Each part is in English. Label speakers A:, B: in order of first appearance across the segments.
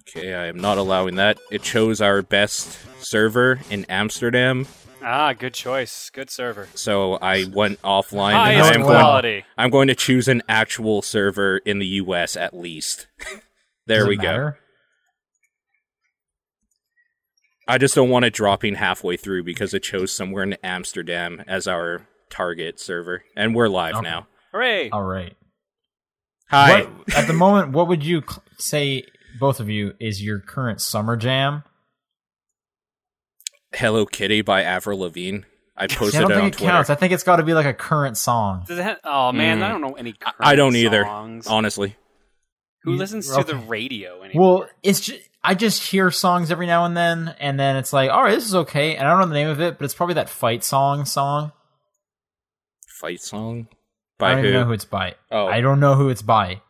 A: Okay, I am not allowing that. It chose our best server in Amsterdam,
B: Ah, good choice. Good server.
A: so I went offline. and
B: Highest
A: I'm going,
B: quality.
A: I'm going to choose an actual server in the U.S. at least. there
C: Does it
A: we go.
C: matter?
A: I just don't want it dropping halfway through because it chose somewhere in Amsterdam as our target server, and we're live
C: Okay.
A: now.
B: Hooray!
C: All right.
A: Hi.
C: What- at the moment, what would you cl- say, both of you, is your current summer jam?
A: Hello Kitty by Avril Lavigne. I
C: See,
A: posted
C: I don't
A: it on
C: think it
A: Twitter.
C: counts. I think it's got to be like a current song.
B: Does it ha- oh man,
A: Mm.
B: I don't know any.
A: I- I don't
B: current
A: either. Oh,
B: songs.
A: Honestly,
B: Who
C: You-
B: listens to the
C: okay.
B: radio anymore?
C: Well, it's just, I just hear songs every now and then, and then it's like, all right, this is okay. And I don't know the name of it, but it's probably that fight song song.
A: fight song
C: I
A: by
C: don't
A: who?
C: even know who it's by.
A: Oh,
C: I don't know who it's by.
B: it's,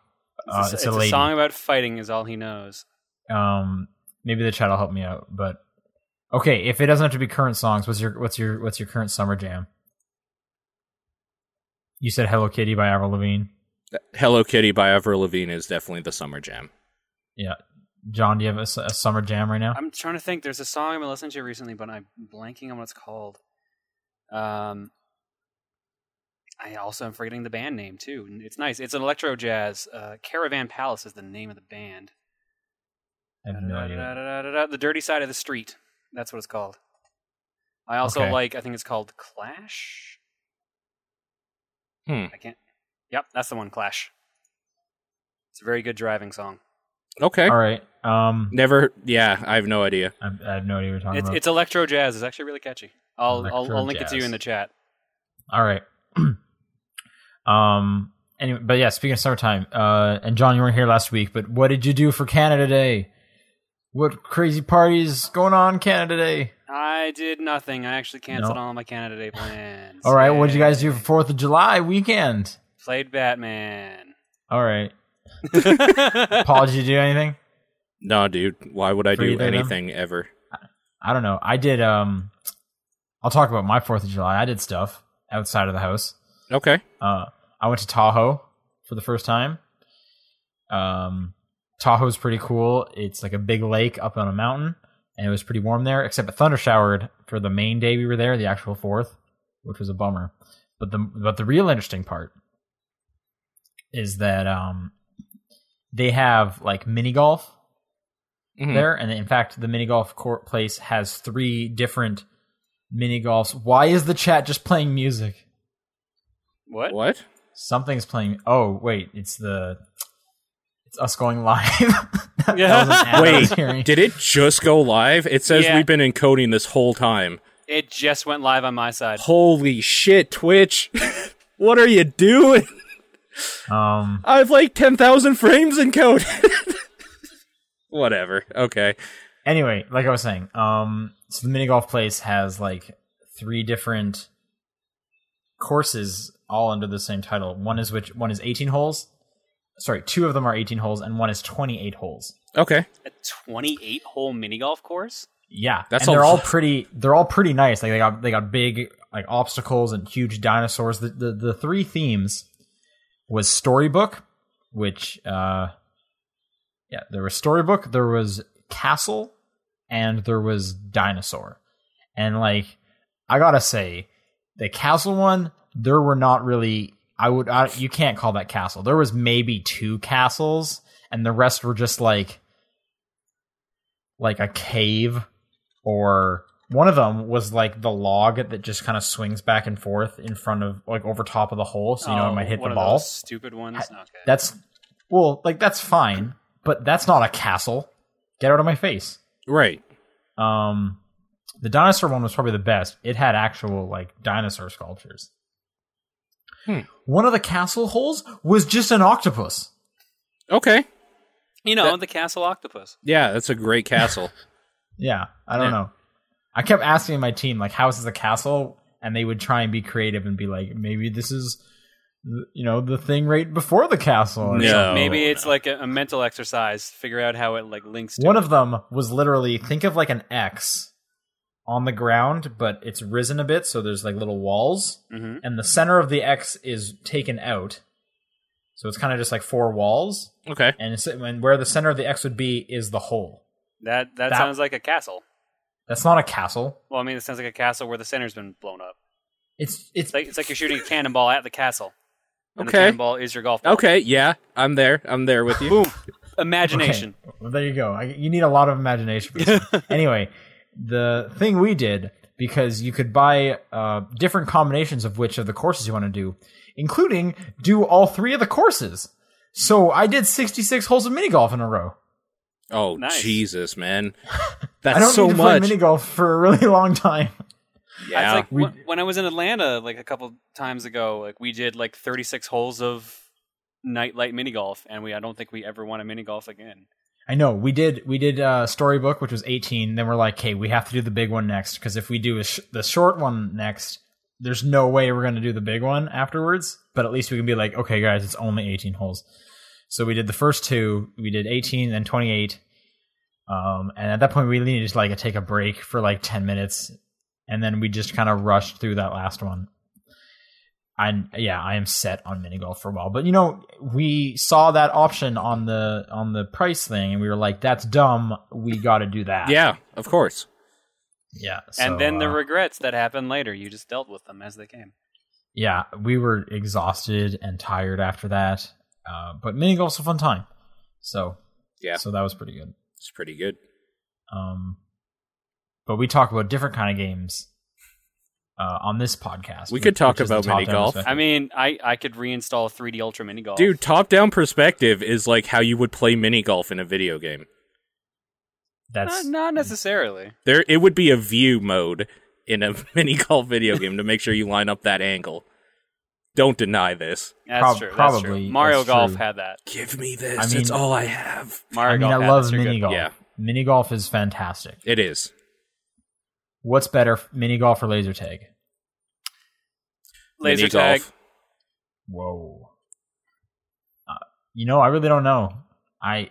C: Uh,
B: a,
C: it's
B: it's
C: a
B: a
C: lady.
B: song about fighting, is all he knows.
C: Um, maybe the chat will help me out. But okay, if it doesn't have to be current songs, what's your what's your what's your current summer jam? You said "Hello Kitty" by Avril Lavigne.
A: Hello Kitty by Avril Lavigne is definitely the summer jam.
C: John, do you have a, s- a summer jam right now?
B: I'm trying to think. There's a song I've been listening to recently, but I'm blanking on what it's called. Um, I also am forgetting the band name too. N- It's nice. It's an electro jazz. Uh, Caravan Palace is the name of the band.
C: I have no idea.
B: Da-da-da-da-da-da-da, The Dirty Side of the Street. That's what it's called. I also
C: Okay.
B: like. I think it's called Clash.
A: Hmm.
B: I can't. Yep, that's the one. Clash. It's a very good driving song.
A: Okay.
C: All right. Um,
A: Never. Yeah, I have no idea.
C: I, I have no idea what you're talking
B: It's,
C: about.
B: it's electro jazz. It's actually really catchy. I'll I'll, I'll link it to you
C: Electro-jazz.
B: in the chat.
C: All right. um. Anyway, but yeah, speaking of summertime, uh, and John, you weren't here last week, but what did you do for Canada Day? What crazy parties going on Canada Day?
B: I did nothing. I actually canceled
C: No.
B: all my Canada Day plans.
C: All right, what did you guys do
B: Yay.
C: for Fourth of July weekend?
B: Played Batman.
C: All right,
B: I
C: Paul, did you do anything?
A: No, dude. Why would I
C: For
A: do
C: either of them?
A: anything ever?
C: I don't know. I did. Um, I'll talk about my Fourth of July. I did stuff outside of the house.
A: Okay.
C: Uh, I went to Tahoe for the first time. Um, Tahoe's pretty cool. It's like a big lake up on a mountain, and it was pretty warm there, except it thunder showered for the main day we were there, the actual fourth, which was a bummer. But the but the real interesting part is that um, they have like mini golf
A: Mhm.
C: there, and in fact, the mini golf court place has three different mini golfs. Why is the chat just playing music?
B: what?
A: What?
C: Something's playing. Oh wait, it's the it's us going live. That was an ad I
A: Wait,
C: was hearing.
A: Did it just go live? It says
B: Yeah.
A: we've been encoding this whole time.
B: It just went live on my side.
A: Holy shit, Twitch. what are you doing?
C: um,
A: I have like 10,000 frames encoded. Whatever. Okay.
C: anyway, like I was saying, um, so the mini golf place has like three different courses all under the same title. One is which one is eighteen holes. Sorry, two of them are eighteen holes, and one is twenty-eight holes.
A: Okay.
B: A 28 hole mini golf course?
C: Yeah,
A: That's
C: and
A: a
C: they're all
A: lot.
C: pretty. They're all pretty nice. Like they got they got big like obstacles and huge dinosaurs. The the, the three themes was storybook, which uh, yeah, there was storybook, there was castle, and there was dinosaur. And like I gotta say, the castle one, there were not really. I would I, you can't call that castle. There was maybe two castles, and the rest were just like like a cave or one of them was like the log that just kind of swings back and forth in front of like over top of the hole so you know
B: Oh,
C: it might hit the
B: one of
C: ball
B: those stupid ones.
C: Ha-
B: okay.
C: that's well like that's fine but that's not a castle get out of my face
A: Right.
C: um the dinosaur one was probably the best it had actual like dinosaur sculptures
A: Hmm.
C: one of the castle holes was just an octopus
A: Okay.
B: you know, the castle octopus.
A: Yeah, that's a great castle.
C: Yeah, I don't
A: Yeah.
C: know. I kept asking my team like, "How is this a castle?" And they would try and be creative and be like, "Maybe this is, th- you know, the thing right before the castle." or
A: No.
C: something.
A: Oh,
B: Maybe it's like a, a mental exercise. Figure out how it like links to
C: One of them was literally think of like an X on the ground, but it's risen a bit, so there's like little walls,
B: hmm
C: and the center of the X is taken out. So it's kind of just like four walls,
A: Okay.
C: and it's- and where the center of the X would be is the hole.
B: That, that
C: That-
B: sounds like a castle.
C: That's not a castle.
B: Well, I mean, it sounds like a castle where the center's been blown up.
C: It's it's
B: It's like, it's like you're shooting a cannonball at the castle. And the
A: Okay.
B: cannonball is your golf ball.
A: Okay. Yeah, I'm there. I'm there with you.
B: Boom.
C: Oh,
B: Imagination.
C: Okay. Well, there you go. I, you need a lot of imagination. For this. anyway, the thing we did because you could buy uh, different combinations of which of the courses you want to do, including do all three of the courses. So I did 66 holes of mini golf in a row.
A: Oh
B: Nice.
A: Jesus, man,
C: I don't
A: that's so
C: need to
A: much.
C: play mini golf for a really long time.
A: yeah.
B: It's like
C: We-
B: when- when I was in Atlanta like a couple times ago, like we did like 36 holes of nightlight mini golf, and we I don't think we ever won a mini golf again.
C: I know we did we did uh, storybook, which was 18. Then we're like, hey, we have to do the big one next because if we do a sh- the short one next, there's no way we're going to do the big one afterwards. But at least we can be like, okay, guys, it's only 18 holes. So we did the first two. We did 18, then 28. Um, and at that point, we needed to like take a break for like 10 minutes, and then we just kind of rushed through that last one. I yeah, I am set on mini golf for a while. But you know, we saw that option on the on the price thing, and we were like, "That's dumb. We got to do that."
A: yeah, of course.
C: yeah. so,
B: and then the
C: uh,
B: regrets that happened later, you just dealt with them as they came.
C: yeah, we were exhausted and tired after that. Uh, but mini golf's a fun time. So
A: Yeah.
C: so that was pretty good.
A: It's pretty good.
C: Um, but we talk about different kind of games uh, on this podcast.
A: We could talk
C: which is the
A: about
C: top
A: mini
C: down
A: golf.
C: perspective.
B: I mean, I I could reinstall 3D Ultra mini golf,
A: Dude, top down perspective is like how you would play mini golf in a video game.
C: That's
B: Not, not necessarily.
A: There it would be a view mode in a mini golf video game to make sure you line up that angle. Don't deny this.
B: That's
C: Prob-
B: true. That's
C: probably,
B: true. Mario
C: that's
B: Golf
C: true.
B: had that.
A: Give me this.
C: I mean-
A: it's all I have.
B: Mario
C: I
B: Golf.
C: mean, I
B: had
C: love
B: this, you're
C: mini
B: good.
C: golf.
A: Yeah.
C: Mini golf is fantastic.
A: It is.
C: What's better, mini golf or laser tag?
B: Laser
A: mini
B: tag.
A: golf.
C: Whoa. Uh, you know, I really don't know. I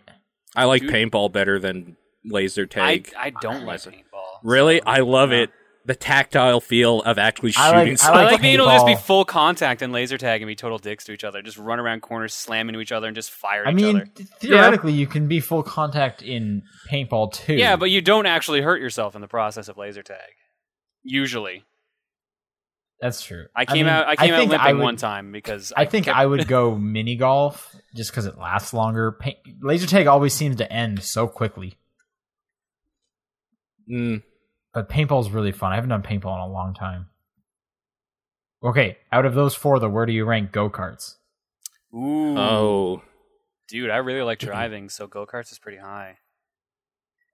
A: I like
B: Dude.
A: paintball better than laser
B: I,
A: tag.
B: I don't like
A: Laser.
B: paintball.
A: really? I love
B: Yeah.
A: it. The tactile feel of actually
C: I
A: shooting
C: like- I
A: something.
B: I
C: like
B: like that it'll just be
C: paintball.
B: full contact and laser tag and be total dicks to each other. Just run around corners, slam into each other, and just fire at
C: I
B: each
C: mean,
B: other.
C: th- theoretically, you can be full contact in paintball too.
B: Yeah, but you don't actually hurt yourself in the process of laser tag. Usually,
C: that's true.
B: I came
C: mean,
B: out. I came out
C: think
B: limping
C: would-
B: one time because
C: I think
B: kept-
C: I would go mini golf just because it lasts longer. Paint, laser tag always seems to end so quickly,
A: Mm,
C: but paintball's really fun. I haven't done paintball in a long time. Okay, out of those four, though, where do you rank go karts?
B: Ooh,
A: oh.
B: dude, I really like driving, so go karts is pretty high.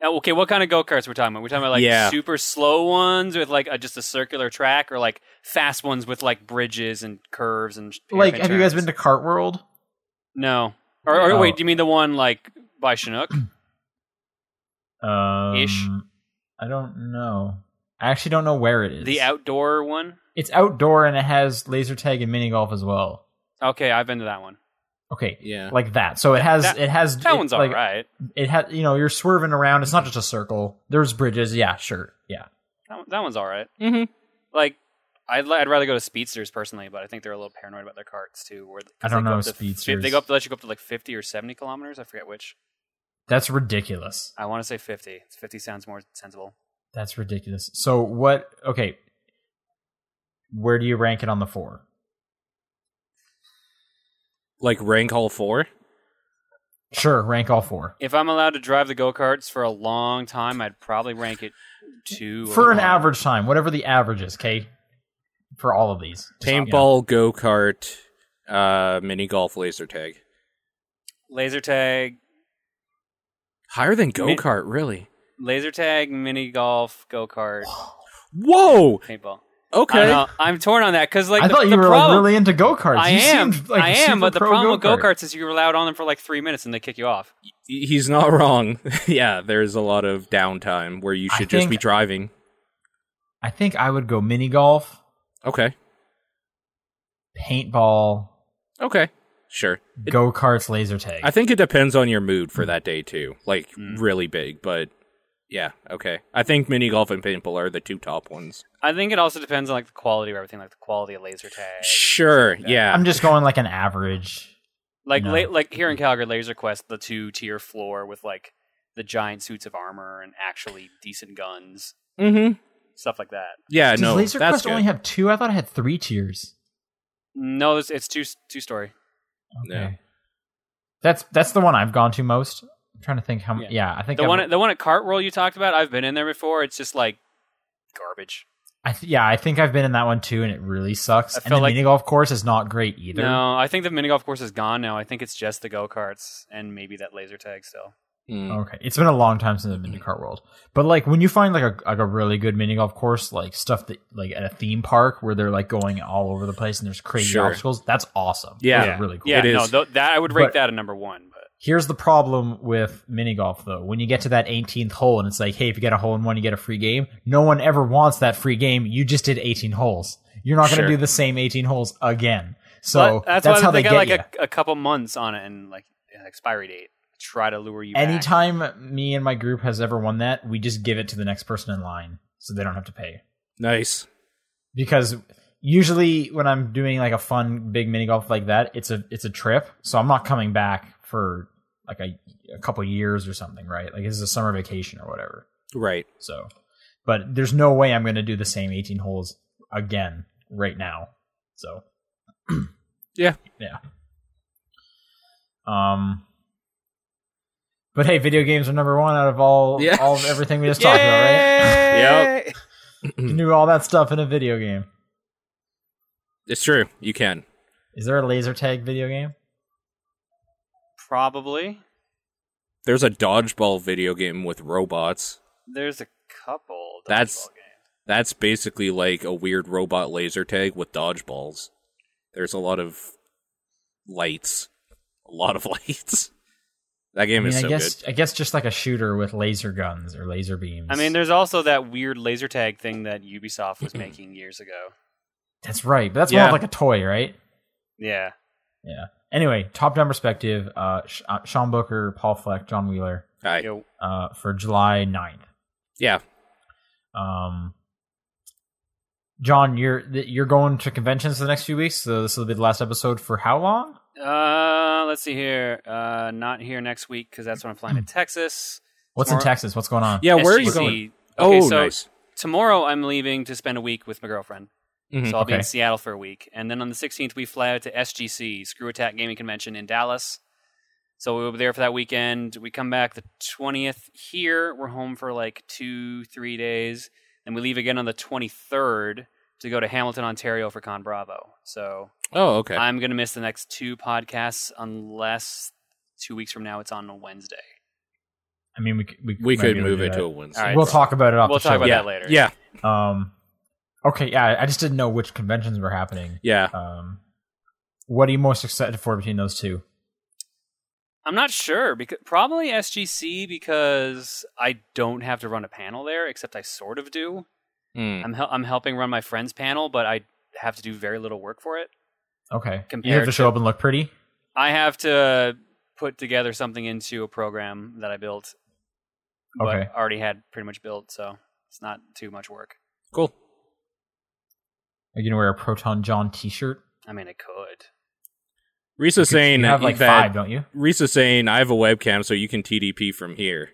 B: Now, okay, what kind of go karts we're talking about? We're talking about like
A: Yeah.
B: super slow ones with like a, just a circular track, or like fast ones with like bridges and curves and sh-
C: Like,
B: hairpin
C: have you guys
B: turns?
C: been to Kart World?
B: No. Or, or
C: Oh.
B: wait, do you mean the one like by Chinook?
C: Um,
B: Ish.
C: I don't know. I actually don't know where it is.
B: The outdoor one?
C: it's outdoor and it has laser tag and mini golf as well.
B: Okay, I've been to that one.
C: Okay,
A: Yeah.
C: like that. So it has
B: that-
C: it has
B: That
C: it-
B: one's
C: like,
B: all right.
C: It has you know you're swerving around. It's not just a circle. There's bridges. Yeah, sure. Yeah.
B: That, one- that one's all right.
C: Mm-hmm.
A: Mhm.
B: Like, I'd, li- I'd rather go to speedsters personally, but I think they're a little paranoid about their carts too. Where 'cause
C: I don't
B: they go
C: know
B: up to fi-
C: Speedsters.
B: they go up to let you go up to like fifty or seventy kilometers. I forget which.
C: That's ridiculous.
B: I want to say fifty. Fifty sounds more sensible.
C: That's ridiculous. So what? Okay. Where do you rank it on the four?
A: Like rank all four?
C: Sure, rank all four
B: If I'm allowed to drive the go karts for a long time, I'd probably rank it two or
C: for an
B: one.
C: average time, whatever the average is. Okay, for all of these. Just, you know.
A: Paintball, go kart, uh, mini golf, laser tag.
B: Laser tag,
A: Higher than go
B: Mi-
A: kart, really?
B: laser tag, mini golf, go kart,
A: Whoa!
B: paintball. I
A: Okay.
B: don't know. I'm torn on that because like
C: I
B: the,
C: thought you
B: the
C: were like,
B: problem,
C: really into go karts.
B: I am, I am, but the problem with go
C: karts.
B: karts is you're allowed on them for like three minutes and they kick you off.
A: He's not wrong. yeah, there's a lot of downtime where you
C: I
A: should just be
C: think-
A: driving.
C: I think I would go mini golf,
A: Okay.
C: paintball,
A: Okay. Sure.
C: go karts, laser tag.
A: I think it depends on your mood for that day too. Like
B: Mm.
A: really big, but yeah, okay. I think mini golf and paintball are the two top ones.
B: I think it also depends on like the quality of everything, like the quality of laser tag.
A: Sure.
B: Yeah.
A: Yeah.
C: I'm just going like an average.
B: Like
C: No.
B: la- like here in Calgary, Laser Quest, the two tier floor with like the giant suits of armor and actually decent guns,
A: Mm-hmm.
B: stuff like that.
A: Yeah,
C: Does
A: no,
C: Laser
A: that's
C: Quest
A: good.
C: only have two? I thought it had three tiers.
B: No, it's, it's two two story.
C: Okay.
A: Yeah.
C: That's that's the one I've gone to most. I'm trying to think how. m-
B: Yeah.
C: Yeah, I think
B: The
C: I've-
B: one at- the one at Cartwheel you talked about, I've been in there before. It's just like garbage.
C: I th- yeah, I think I've been in that one too, and it really sucks.
B: I
C: And the
B: felt like-
C: mini golf course is not great either.
B: No, I think the mini golf course is gone now. I think it's just the go karts and maybe that laser tag still.
A: Mm.
C: Okay, it's been a long time since I've been to Kart World, but like when you find like a like a really good mini golf course, like stuff that like at a theme park where they're like going all over the place and there's crazy
A: Sure.
C: obstacles, that's awesome.
A: Yeah.
C: Those are really cool.
B: Yeah,
A: It
B: no,
A: is.
B: th- that I would rate
C: But-
B: that a number one. But
C: Here's the problem with mini golf though: when you get to that 18th hole and it's like, hey, if you get a hole in one, you get a free game. No one ever wants that free game. You just did 18 holes. You're not going to
A: Sure.
C: do the same 18 holes again. So
B: But that's, why
C: how
B: they,
C: they,
B: got
C: get
B: like
C: ya.
B: a, a couple months on it and like an expiry date. Try to lure you. back.
C: Anytime me and my group has ever won that, we just give it to the next person in line so they don't have to pay.
A: Nice.
C: Because usually when I'm doing like a fun big mini golf like that, it's a it's a trip, so I'm not coming back for like a, a couple years or something, right? Like this is a summer vacation or whatever.
A: Right.
C: So, but there's no way I'm going to do the same 18 holes again right now. So,
A: Yeah.
C: yeah. Um, but hey, video games are number one out of all
A: Yeah.
C: all of everything we just talked about, right?
A: Yep.
C: You can do all that stuff in a video game.
A: It's true. You can.
C: Is there a laser tag video game?
B: Probably.
A: There's a dodgeball video game with robots.
B: There's a couple. dodgeball
A: That's-
B: games.
A: That's basically like a weird robot laser tag with dodgeballs. There's a lot of lights. A lot of lights. That game
C: I, mean,
A: is so
C: I guess
A: good.
C: I guess just like a shooter with laser guns or laser beams.
B: I mean, there's also that weird laser tag thing that Ubisoft was making years ago.
C: that's right, but that's
A: Yeah.
C: more of like a toy, right?
B: Yeah.
C: Anyway, top down perspective. Uh, Sh- uh, Sean Booker, Paul Fleck, John Wheeler.
A: Hi.
B: Yo,
C: uh, for July 9th.
A: Yeah.
C: Um, John, you're th- you're going to conventions for the next few weeks, so this will be the last episode for how long?
B: Uh, let's see here. Uh, not here next week because that's when I'm flying
A: Hmm.
B: to Texas.
C: What's in
B: Tomorrow-
C: Texas? What's going on?
A: Yeah, where are you
B: SGC.
A: going?
B: Okay,
A: oh,
B: so
A: nice.
B: tomorrow I'm leaving to spend a week with my girlfriend.
A: Mhm.
B: So I'll be in
C: Okay.
B: Seattle for a week. And then on the 16th, we fly out to SGC, Screw Attack Gaming Convention in Dallas. So we'll be there for that weekend. We come back the 20th here. We're home for like two, three days. And we leave again on the 23rd to go to Hamilton, Ontario for Con Bravo. So
A: Oh, okay.
B: I'm going to miss the next two podcasts unless two weeks from now it's on a Wednesday.
C: I mean, we c- we,
A: we
C: might
A: could
C: be able to
A: move
C: do
A: it
C: that.
A: to a Wednesday.
B: All right.
C: We'll talk about it off
B: We'll
C: the
B: talk
C: show.
B: about
A: yeah.
B: that later.
A: Yeah.
C: Um, okay, yeah, I just didn't know which conventions were happening.
A: Yeah.
C: Um, what are you most excited for between those two?
B: I'm not sure because probably SGC because I don't have to run a panel there, except I sort of do.
A: Mm.
B: I'm hel- I'm helping run my friend's panel, but I have to do very little work for it.
C: Okay, you
B: Compared
C: have to show
B: to-
C: up and look pretty.
B: I have to put together something into a program that I built, but
C: Okay.
B: already had pretty much built, so it's not too much work.
A: Cool.
C: Are you gonna wear a Proton John T-shirt?
B: I mean, I could.
A: Risa's saying
C: you have like
A: that
C: five, don't you?
A: Risa's saying I have a webcam, so you can TDP from here.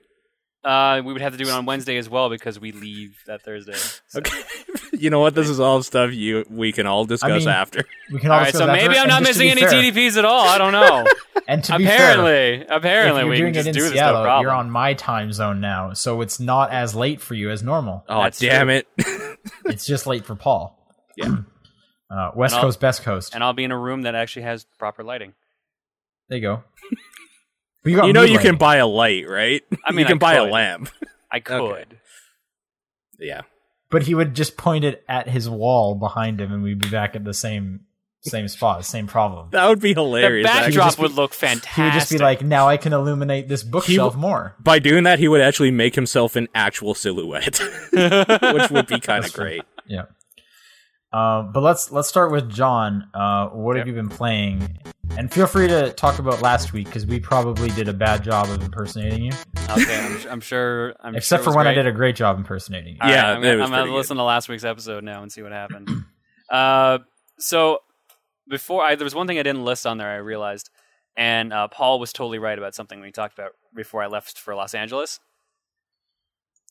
B: Uh, we would have to do it on Wednesday as well because we leave that Thursday. so.
A: Okay. you know what? This is all stuff you we can all discuss
C: mean-
A: after.
C: We can
B: All
C: all
B: right,
C: discuss
B: so
C: that
B: maybe
C: first,
B: I'm
C: and
B: not
C: just to
B: missing
C: be
B: any
C: fair-
B: TDPs at all. I don't know.
C: And to be fair,
B: apparently, apparently,
C: if
B: we
C: you're
B: can
C: doing
B: just
C: it
B: do
C: in
B: this.
C: Seattle,
B: no problem.
C: you're on my time zone now, so it's not as late for you as normal.
A: Oh
B: That's
A: damn
B: true.
A: it!
C: It's just late for Paul.
A: Yeah.
C: Uh, West
B: And I'll-
C: Coast, best coast.
B: and I'll be in a room that actually has proper lighting.
C: there you go. But got
A: you know
C: mood
A: you can
C: lighting.
A: buy a light, right?
B: I mean,
A: you can
B: I
A: buy a
B: could.
A: lamp.
B: I could.
A: Okay. Yeah.
C: but he would just point it at his wall behind him, and we'd be back at the same same spot, same problem.
A: That would be
B: The
A: hilarious. actually.
B: backdrop
C: be-
B: would look
C: He
B: fantastic.
C: would just be like, "Now I can illuminate this bookshelf more."
A: By doing that, he would actually make himself an actual silhouette, which would be kind of
C: That's
A: great.
C: Uh, but let's let's start with John. Uh, what have
A: Yep.
C: you been playing? And feel free to talk about last week because we probably did a bad job of impersonating you,
B: okay, I'm, I'm sure. I'm
C: except for when I did a great job impersonating you.
A: Yeah, that was
B: I'm gonna, I'm gonna
A: pretty good.
B: listen to last week's episode now and see what happened. uh, so before I, there was one thing I didn't list on there. I realized And uh, Paul was totally right about something we talked about before I left for Los Angeles.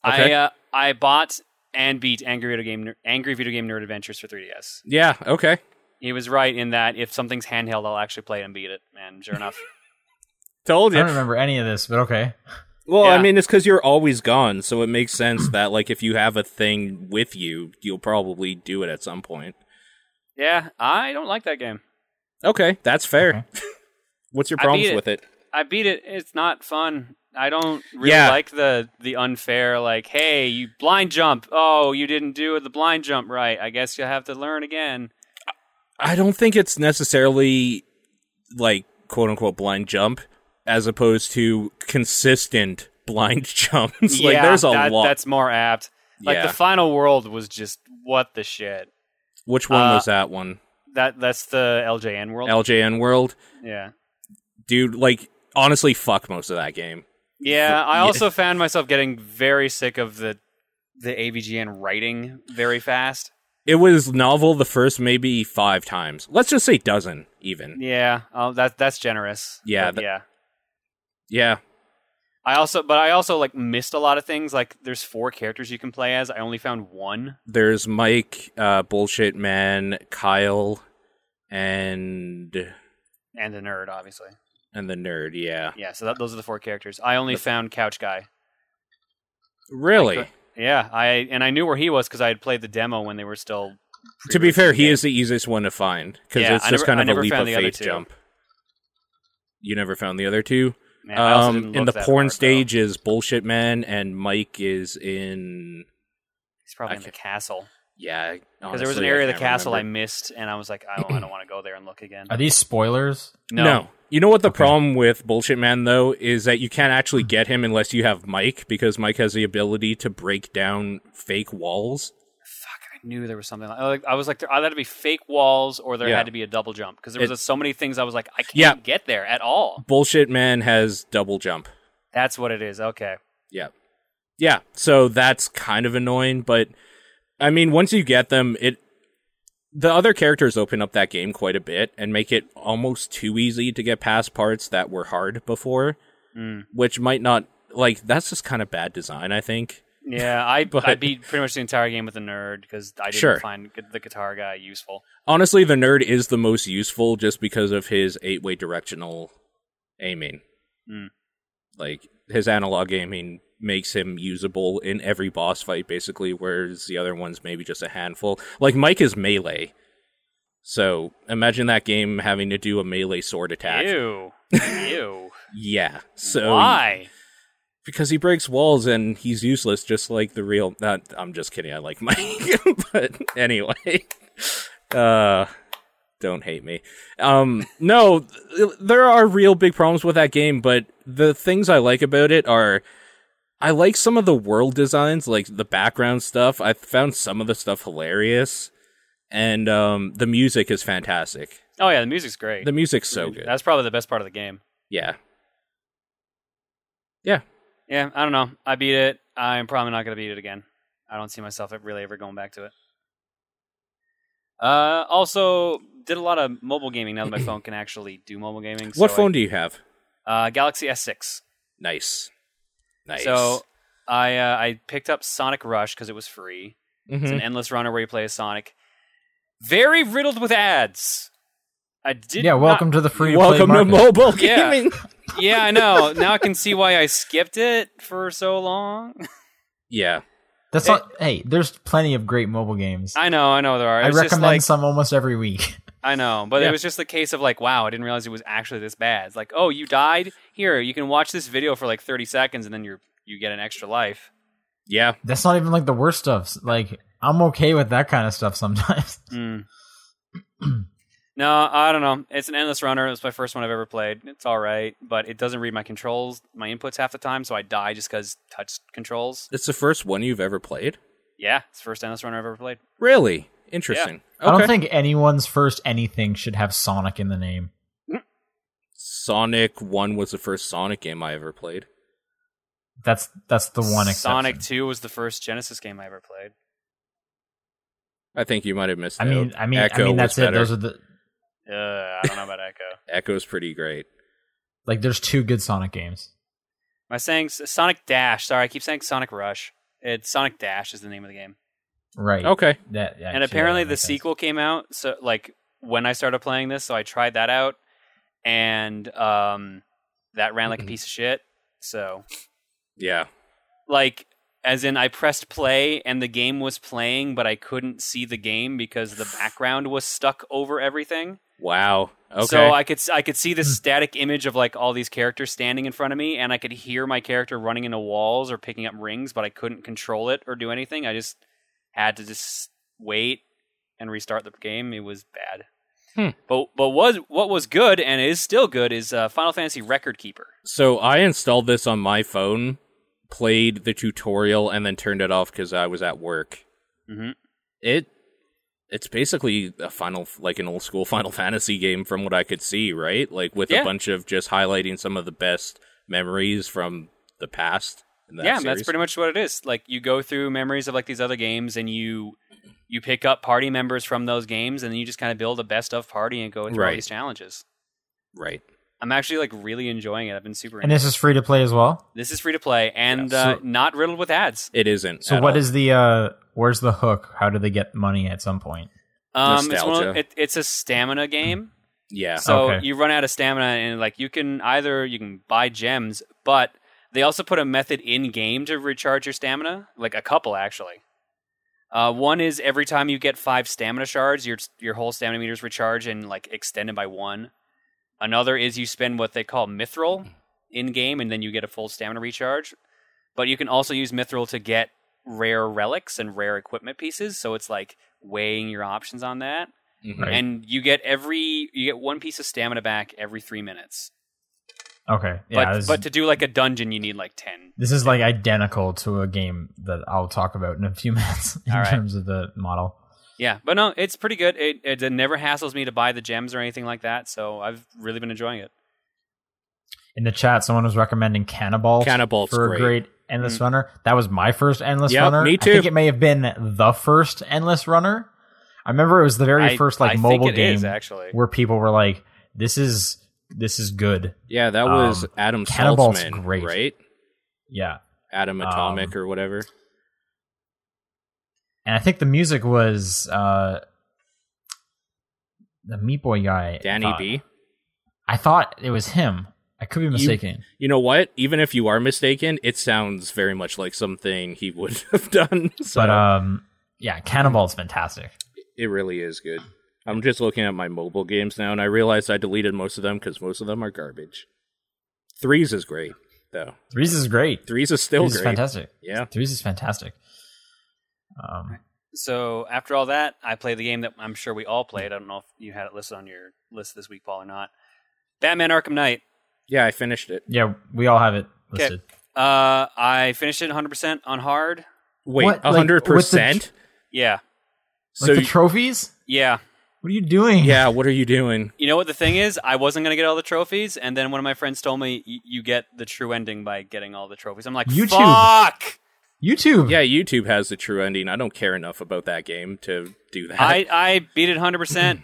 A: Okay.
B: I uh, I bought and beat Angry Video Game Ner- Angry Video Game Nerd Adventures for 3DS.
A: Yeah. Okay.
B: He was right in that if something's handheld, I'll actually play it and beat it. And sure enough,
A: Told
C: I don't
A: you.
C: remember any of this, but okay.
A: Well, I
B: Yeah.
A: mean, it's because you're always gone, so it makes sense that like if you have a thing with you, you'll probably do it at some point.
B: yeah, I don't like that game.
A: Okay, that's fair. What's your
B: I
A: problems
B: beat it.
A: with it?
B: I beat it. It's not fun. I don't really
A: Yeah.
B: like the the unfair like, hey, you blind jump. Oh, you didn't do the blind jump right. I guess you'll have to learn again.
A: I don't think it's necessarily like quote unquote blind jump as opposed to consistent blind jumps. like there's a
B: that-
A: lot.
B: That's more apt. Like
A: yeah.
B: the final world was just what the shit.
A: Which one
B: uh,
A: was that one?
B: That that's the LJN world.
A: LJN World,
B: yeah.
A: dude. Like honestly, fuck most of that game.
B: Yeah, I
A: Yeah.
B: also found myself getting very sick of the the AVGN writing very fast.
A: It was novel the first maybe five times. Let's just say dozen even.
B: Yeah, oh, that that's generous.
A: Yeah,
B: But
A: that-
B: yeah.
A: yeah.
B: I also, but I also like missed a lot of things. Like, there's four characters you can play as. I only found one.
A: there's Mike, uh, Bullshit Man, Kyle, and
B: and a nerd, obviously.
A: and the nerd. Yeah,
B: Yeah, so that, those are the four characters. I only
A: Yep.
B: found Couch Guy.
A: really.
B: Yeah, I and I knew where he was because I had played the demo when they were still.
A: To be fair, he
B: pre-releasing
A: is the easiest one to find because
B: Yeah,
A: it's
B: I
A: just
B: never- I
A: kind of a
B: never
A: leap
B: found
A: of
B: the other
A: faith
B: two.
A: jump. You never found the other two.
B: the game. Man, I also didn't
A: um, in
B: look
A: the
B: that
A: porn
B: hard, though.
A: stage is Bullshit Man, and Mike is in.
B: He's probably in
A: I
B: the castle
A: Yeah,
B: because there was an
A: honestly, I
B: area of the
A: can't
B: castle
A: remember.
B: I missed, and I was like, I don't, I don't want to go there and look again.
C: Are these spoilers?
A: Uh, No. You know what the problem with Bullshit Man though is that you can't actually get him unless you have Mike because Mike has the ability to break down fake walls.
B: fuck, I knew there was something. Like, I like- I was like, there either had to be fake walls or there
A: Yeah.
B: had to be a double jump because there was
A: It-
B: uh, so many things. I was like, I can't
A: Yeah.
B: get there at all.
A: Bullshit Man has double jump.
B: That's what it is. Okay.
A: Yeah. Yeah, so that's kind of annoying, but I mean once you get them it the other characters open up that game quite a bit and make it almost too easy to get past parts that were hard before,
B: Mm.
A: which might not like that's just kind of bad design, I think.
B: Yeah, I,
A: But-
B: I beat pretty much the entire game with a nerd because I didn't
A: Sure.
B: find gu- the guitar guy useful.
A: Honestly, the nerd is the most useful just because of his eight way directional aiming.
B: Hmm.
A: Like, his analog aiming makes him usable in every boss fight, basically, whereas the other one's maybe just a handful. Like, Mike is melee. So, imagine that game having to do a melee sword attack.
B: Ew, ew.
A: Yeah. So,
B: Why?
A: Because he breaks walls and he's useless, just like the real. Not, I'm just kidding. I like Mike, but anyway, uh, don't hate me. Um, no, th- there are real big problems with that game, but the things I like about it are, I like some of the world designs, like the background stuff. I found some of the stuff hilarious, and um, the music is fantastic.
B: Oh yeah, the music's great.
A: The music's so good.
B: That's probably the best part of the game.
A: Yeah,
B: Yeah, I don't know. I beat it. I'm probably not gonna beat it again. I don't see myself really ever going back to it. Uh, also did a lot of mobile gaming now that my phone can actually do mobile gaming.
A: what
B: so I-
A: phone do you have?
B: uh, Galaxy S6.
A: Nice, nice.
B: So I uh, I picked up Sonic Rush because it was free.
A: Mhm.
C: Mm-hmm.
B: It's an endless runner where you play as Sonic. Very riddled with ads. I did.
C: yeah,
B: not-
C: welcome to the free
A: Welcome
C: play
A: to
C: market.
A: mobile
B: Yeah.
A: gaming.
B: yeah, I know. Now I can see why I skipped it for so long.
A: Yeah.
C: That's not. Hey, there's plenty of great mobile games. I,
B: I know, I know there are. It's just
C: recommend
B: like
C: some almost every week.
B: I know, but
A: Yeah.
B: it was just the case of like, wow, I didn't realize it was actually this bad. It's like, oh, you died. Here, you can watch this video for like thirty seconds, and then you are you get an extra life.
A: Yeah.
C: That's not even like the worst stuff. Like I'm okay with that kind of stuff sometimes.
B: Mm. no, I don't know. It's an endless runner. It's my first one I've ever played. It's all right, but it doesn't read my controls, my inputs half the time, so I die just because touch controls.
A: It's the first one you've ever played?
B: Yeah, it's the first endless runner I've ever played.
A: Really? Interesting.
C: I
A: Okay.
C: don't think anyone's first anything should have Sonic in the name.
A: Sonic 1 was the first Sonic game I ever played.
C: That's that's the one exception.
B: Sonic Two was the first Genesis game I ever played.
A: I think you might have missed
C: I
A: out.
C: mean, I mean,
A: Echo
C: I mean.
A: was
C: That's it.
A: better.
C: Those are the.
B: Uh, I don't know about Echo.
A: Echo's pretty great.
C: Like, there's two good Sonic games.
B: Am I saying S- Sonic Dash? Sorry, I keep saying Sonic Rush. It's Sonic Dash is the name of the game.
C: Right.
A: Okay.
C: That, yeah,
B: and
C: actually,
B: apparently
C: that
B: the
C: makes sense.
B: sequel came out so like when i started playing this so i tried that out and um that ran like
C: Mm-hmm.
B: a piece of shit so
A: Yeah.
B: like as in i pressed play and the game was playing but i couldn't see the game because the background was stuck over everything
A: Wow. Okay. Hmm.
B: so i could s- i could see this static image of like all these characters standing in front of me and i could hear my character running into walls or picking up rings but i couldn't control it or do anything i just had to just wait and restart the game it was bad
A: Hmm.
B: but but was what was good and is still good is uh, final fantasy record keeper
A: So I installed this on my phone, played the tutorial, and then turned it off because I was at work.
B: Mhm.
A: It it's basically a final like an old school Final Fantasy game from what I could see, right? Like with
B: Yeah.
A: a bunch of just highlighting some of the best memories from the past. In that
B: yeah
A: series.
B: that's pretty much what it is like you go through memories of like these other games and you you pick up party members from those games and then you just kind of build a best of party and go through all
A: Right.
B: these challenges
A: right.
B: i'm actually like really enjoying it i've been super
C: And this is free to play as well.
B: This is free to play and
A: Yeah,
B: uh, not riddled with ads.
A: It isn't.
C: So
A: at
C: what
A: all.
C: is the uh where's the hook? How do they get money at some point?
B: Um, it's, one of,
A: Nostalgia.
B: it, it's a stamina game,
A: yeah?
B: so
C: Okay.
B: you run out of stamina and like you can either you can buy gems, but they also put a method in game to recharge your stamina, like a couple actually. Uh, one is every time you get five stamina shards, your your whole stamina meters recharge and like extended by one. Another is you spend what they call mithril in game, and then you get a full stamina recharge. But you can also use mithril to get rare relics and rare equipment pieces. So it's like weighing your options on that.
A: Mhm.
C: Right.
B: And you get every you get one piece of stamina back every three minutes.
C: Okay. Yeah.
B: but
C: this,
B: but to do like a dungeon, you need like ten.
C: this is like identical to a game that I'll talk about in a few minutes in
B: All right.
C: terms of the model.
B: Yeah, but no, it's pretty good. It, it it never hassles me to buy the gems or anything like that. So I've really been enjoying it.
C: In the chat, someone was recommending Cannonball
A: Cannonball's
C: for
A: great.
C: a great endless
B: Mm.
C: runner. That was my first endless
A: Yep,
C: runner.
A: me
C: I
A: too.
C: think it may have been the first endless runner. I remember it was the very
B: I-
C: first like
B: I think
C: mobile
B: it
C: game
B: is, actually.
C: where people were like, "This is this is good."
A: Yeah, that was
C: Um,
A: Adam
C: Cannonball's
A: Saltzman,
C: great.
A: right?
C: Yeah.
A: Adam Atomic
C: Um,
A: or whatever.
C: and I think the music was uh the Meat Boy guy.
A: Danny
C: thought-
A: B.
C: I thought it was him. I could be mistaken.
A: You know what? Even if you are mistaken, it sounds very much like something he would have done. So
C: but um, yeah, Cannonball's fantastic.
A: it really is good. I'm just looking at my mobile games now, and I realized I deleted most of them because most of them are garbage. Threes is great though.
C: Threes is great.
A: Threes is still
C: Threes is
A: great.
C: fantastic.
A: Yeah.
C: Threes is fantastic. Um,
B: So after all that, I play the game that I'm sure we all played. I don't know if you had it listed on your list this week, Paul, or not. Batman: Arkham Knight.
A: Yeah, I finished it.
C: yeah, we all have it
B: Okay.
C: listed.
B: Uh, I finished it 100% on hard.
A: Wait,
C: What? Like,
A: hundred
C: with
A: percent.
B: Yeah,
A: So
C: like the
A: you-
C: trophies?
B: yeah.
C: What are you doing?
A: yeah, what are you doing?
B: You know what the thing is? I wasn't gonna get all the trophies, and then one of my friends told me "Y- you get the true ending by getting all the trophies. I'm like,
C: YouTube.
B: fuck!
C: YouTube.
A: Yeah, YouTube has the true ending. I don't care enough about that game to do that.
B: I I beat it 100. percent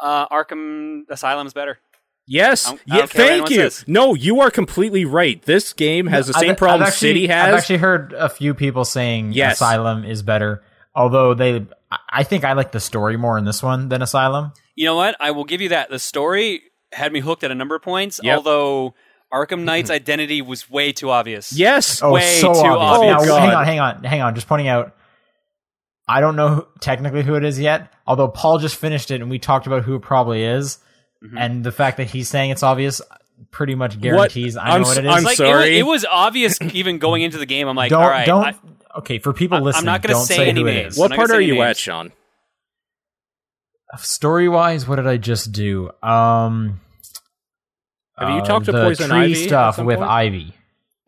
B: uh, Arkham Asylum's better.
A: Yes.
B: I don't- I
A: Yeah,
B: don't care what
A: thank
B: anyone
A: you.
B: says.
A: No, you are completely right. This game has the
C: I've-
A: same problem
C: I've actually-
A: City
C: I've
A: has.
C: actually heard a few people saying
A: Yes.
C: Asylum is better, although they, I- I think I like the story more in this one than Asylum.
B: You know what? I will give you that. The story had me hooked at a number of points,
A: Yep.
B: although Arkham Knight's identity was way too obvious.
A: yes.
C: Oh,
B: way
C: so
B: too
C: obvious.
B: obvious.
C: Now,
A: Oh,
C: hang
A: God.
C: on, hang on, hang on. Just pointing out, I don't know who, technically who it is yet. Although Paul just finished it, and we talked about who it probably is,
B: Mm-hmm.
C: and the fact that he's saying it's obvious pretty much guarantees I know
A: I'm
C: what it
A: s-
C: is.
A: I'm
B: Like
A: sorry.
B: It, was, it was obvious even going into the game. I'm like,
C: don't
B: all right,
C: don't.
B: I-
C: okay, for people listening,
B: not gonna
C: don't
B: say
C: say,
B: any
C: who it
B: names.
C: is.
A: What
B: I'm not
A: part
B: gonna
A: are
B: say
A: you
B: names.
A: at, Sean?
C: Story wise, what did I just do? Um,
A: Have you
C: uh,
A: talked to
C: the
A: Poison
C: tree
A: Ivy at
C: stuff
A: some
C: with
A: point?
C: Ivy?